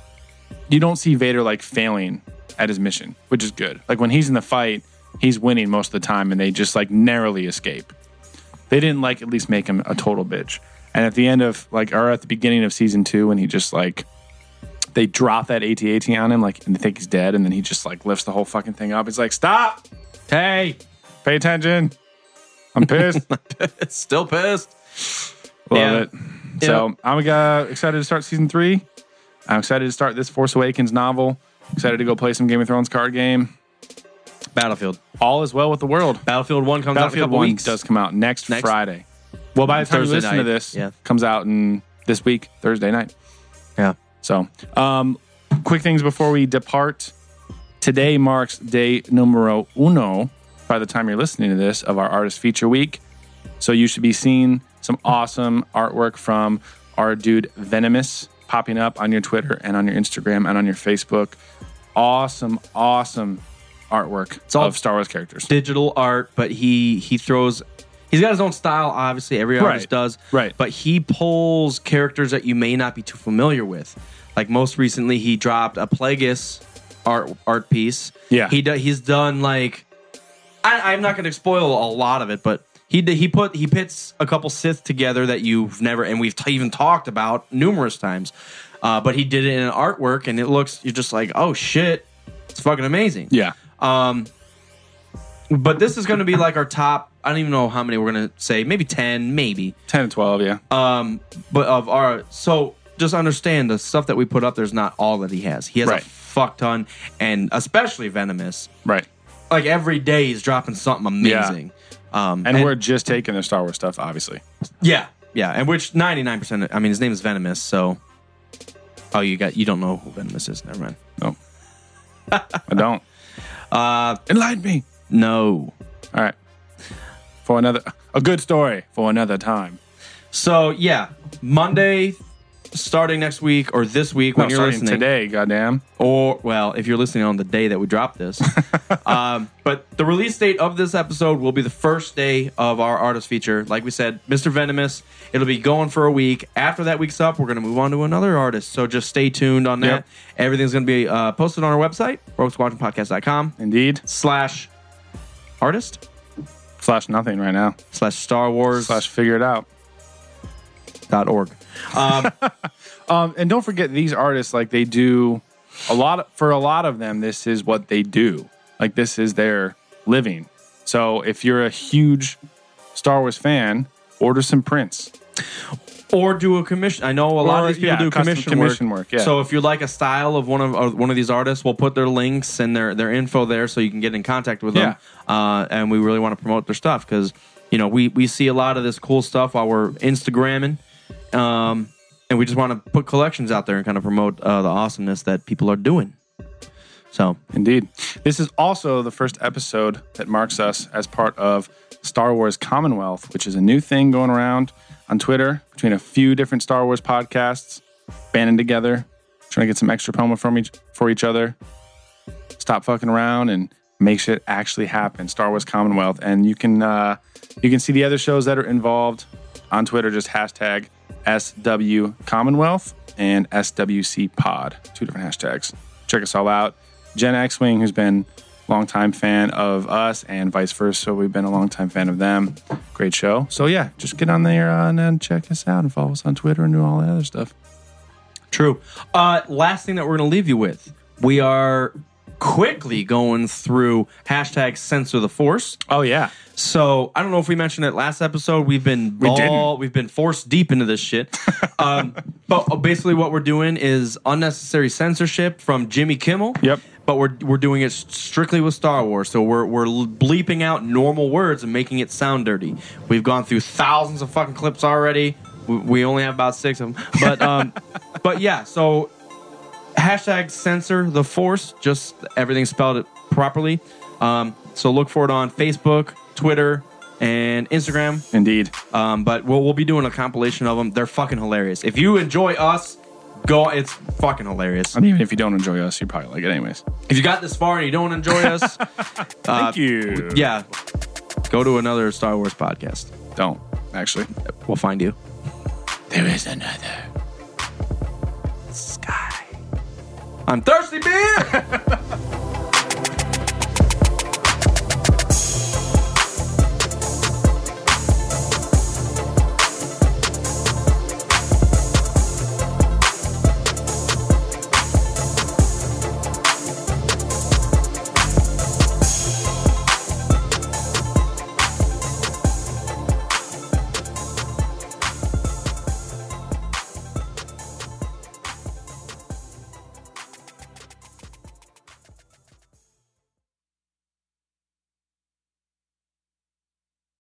S2: you don't see Vader like failing at his mission, which is good. Like when he's in the fight, he's winning most of the time, and they just like narrowly escape. They didn't like at least make him a total bitch. And at the end of like, or at the beginning of season two, when he just like they drop that AT-AT on him, like, and they think he's dead, and then he just like lifts the whole fucking thing up. He's like, "Stop! Hey, pay attention! I'm pissed."
S1: Still pissed.
S2: Love
S1: Yeah.
S2: it. So I'm uh, excited to start season three. I'm excited to start this Force Awakens novel. Excited to go play some Game of Thrones card game.
S1: Battlefield.
S2: All is well with the world.
S1: Battlefield One comes out in a
S2: Battlefield
S1: couple
S2: One
S1: weeks.
S2: does come out next,
S1: Next-
S2: Friday. Well, by the time
S1: Thursday
S2: you listen
S1: night.
S2: to this,
S1: Yeah.
S2: comes out in this week, Thursday night.
S1: yeah.
S2: So, um, quick things before we depart. Today marks day numero uno by the time you're listening to this of our artist feature week. So, you should be seeing some awesome artwork from our dude Venomous popping up on your Twitter and on your Instagram and on your Facebook. Awesome, awesome artwork
S1: all-
S2: of Star Wars characters.
S1: digital art, but he he throws. He's got his own style, obviously. Every artist
S2: Right.
S1: does,
S2: Right.
S1: But he pulls characters that you may not be too familiar with. Like most recently, he dropped a Plagueis art art piece.
S2: Yeah.
S1: he do, he's done like I, I'm not going to spoil a lot of it, but he d- he put he pits a couple Sith together that you've never and we've t- even talked about numerous times. Uh, but he did it in an artwork, and it looks you're just like, oh shit, it's fucking amazing.
S2: Yeah.
S1: But this is going to be like our top. I don't even know how many we're going to say. Maybe ten, maybe.
S2: 10 and 12, yeah.
S1: Uh, But of our so just understand the stuff that we put up. There's not all that he has. He has
S2: Right.
S1: a fuck ton, and especially venomous.
S2: right.
S1: Like every day, he's dropping something amazing. Um,
S2: And, we're just taking their Star Wars stuff, obviously.
S1: Yeah, yeah, and which ninety nine percent. I mean, his name is Venomous, so. Oh, you got you don't know who Venomous is. Never mind.
S2: No. I don't. Uh, Enlighten me.
S1: No.
S2: All right. For another, a good story for another time.
S1: So yeah, Monday, starting next week or this week
S2: No,
S1: when you're
S2: starting
S1: listening
S2: today, goddamn.
S1: or well, if you're listening on the day that we drop this. um, but the release date of this episode will be the first day of our artist feature. Like we said, Mr. Venomous. It'll be going for a week. After that week's up, we're gonna move on to another artist. So just stay tuned on that.
S2: Yep.
S1: Everything's gonna be uh, posted on our website, roguesquadronpodcast.com.
S2: Indeed.
S1: slash artist
S2: Slash nothing right now.
S1: slash Star Wars
S2: Slash figure it out.
S1: dot org.
S2: Um, and don't forget these artists, like they do a lot of, for a lot of them, this is what they do. Like this is their living. So if you're a huge Star Wars fan, order some prints.
S1: Or do a commission. I know a lot of
S2: Or,
S1: these people
S2: yeah,
S1: do
S2: custom
S1: commission,
S2: commission
S1: work.
S2: work, yeah.
S1: So if you like a style of one of of one of these artists, we'll put their links and their their info there, so you can get in contact with them. Uh, and we really want to promote their stuff because you know we we see a lot of this cool stuff while we're Instagramming. Um, and we just want to put collections out there and kind of promote uh, the awesomeness that people are doing. So
S2: Indeed. This is also the first episode that marks us as part of Star Wars Commonwealth, which is a new thing going around on Twitter between a few different Star Wars podcasts, banding together, trying to get some extra promo from each for each other. Stop fucking around and make shit actually happen. Star Wars Commonwealth, and you can uh, you can see the other shows that are involved on Twitter. Just hashtag SW Commonwealth and SWC Pod, two different hashtags. Check us all out. Jen X-wing, who's been a longtime fan of us, and vice versa. So we've been a longtime fan of them. Great show. So yeah, just get on there uh, and, and check us out and follow us on Twitter and do all that other stuff.
S1: True. Uh, last thing that we're going to leave you with, we are quickly going through hashtag censor the force.
S2: Oh yeah.
S1: So I don't know if we mentioned it last episode. We've been
S2: We didn't.
S1: ball- we've been forced deep into this shit. um, but basically, what we're doing is unnecessary censorship from Jimmy Kimmel.
S2: Yep.
S1: But we're we're doing it strictly with Star Wars. So we're we're bleeping out normal words and making it sound dirty. We've gone through thousands of fucking clips already. We, we only have about six of them. But um, but yeah. So hashtag censor the force just everything spelled it properly um, so look for it on facebook twitter and instagram
S2: Indeed.
S1: um, but we'll, we'll be doing a compilation of them they're fucking hilarious if you enjoy us go it's fucking hilarious
S2: And Um, even if you don't enjoy us, you probably like it anyways. Uh,
S1: if you got this far and you don't enjoy us
S2: Thank you.
S1: yeah go to another star wars podcast
S2: Don't actually.
S1: we'll find you
S2: There is another.
S1: i'm thirsty beer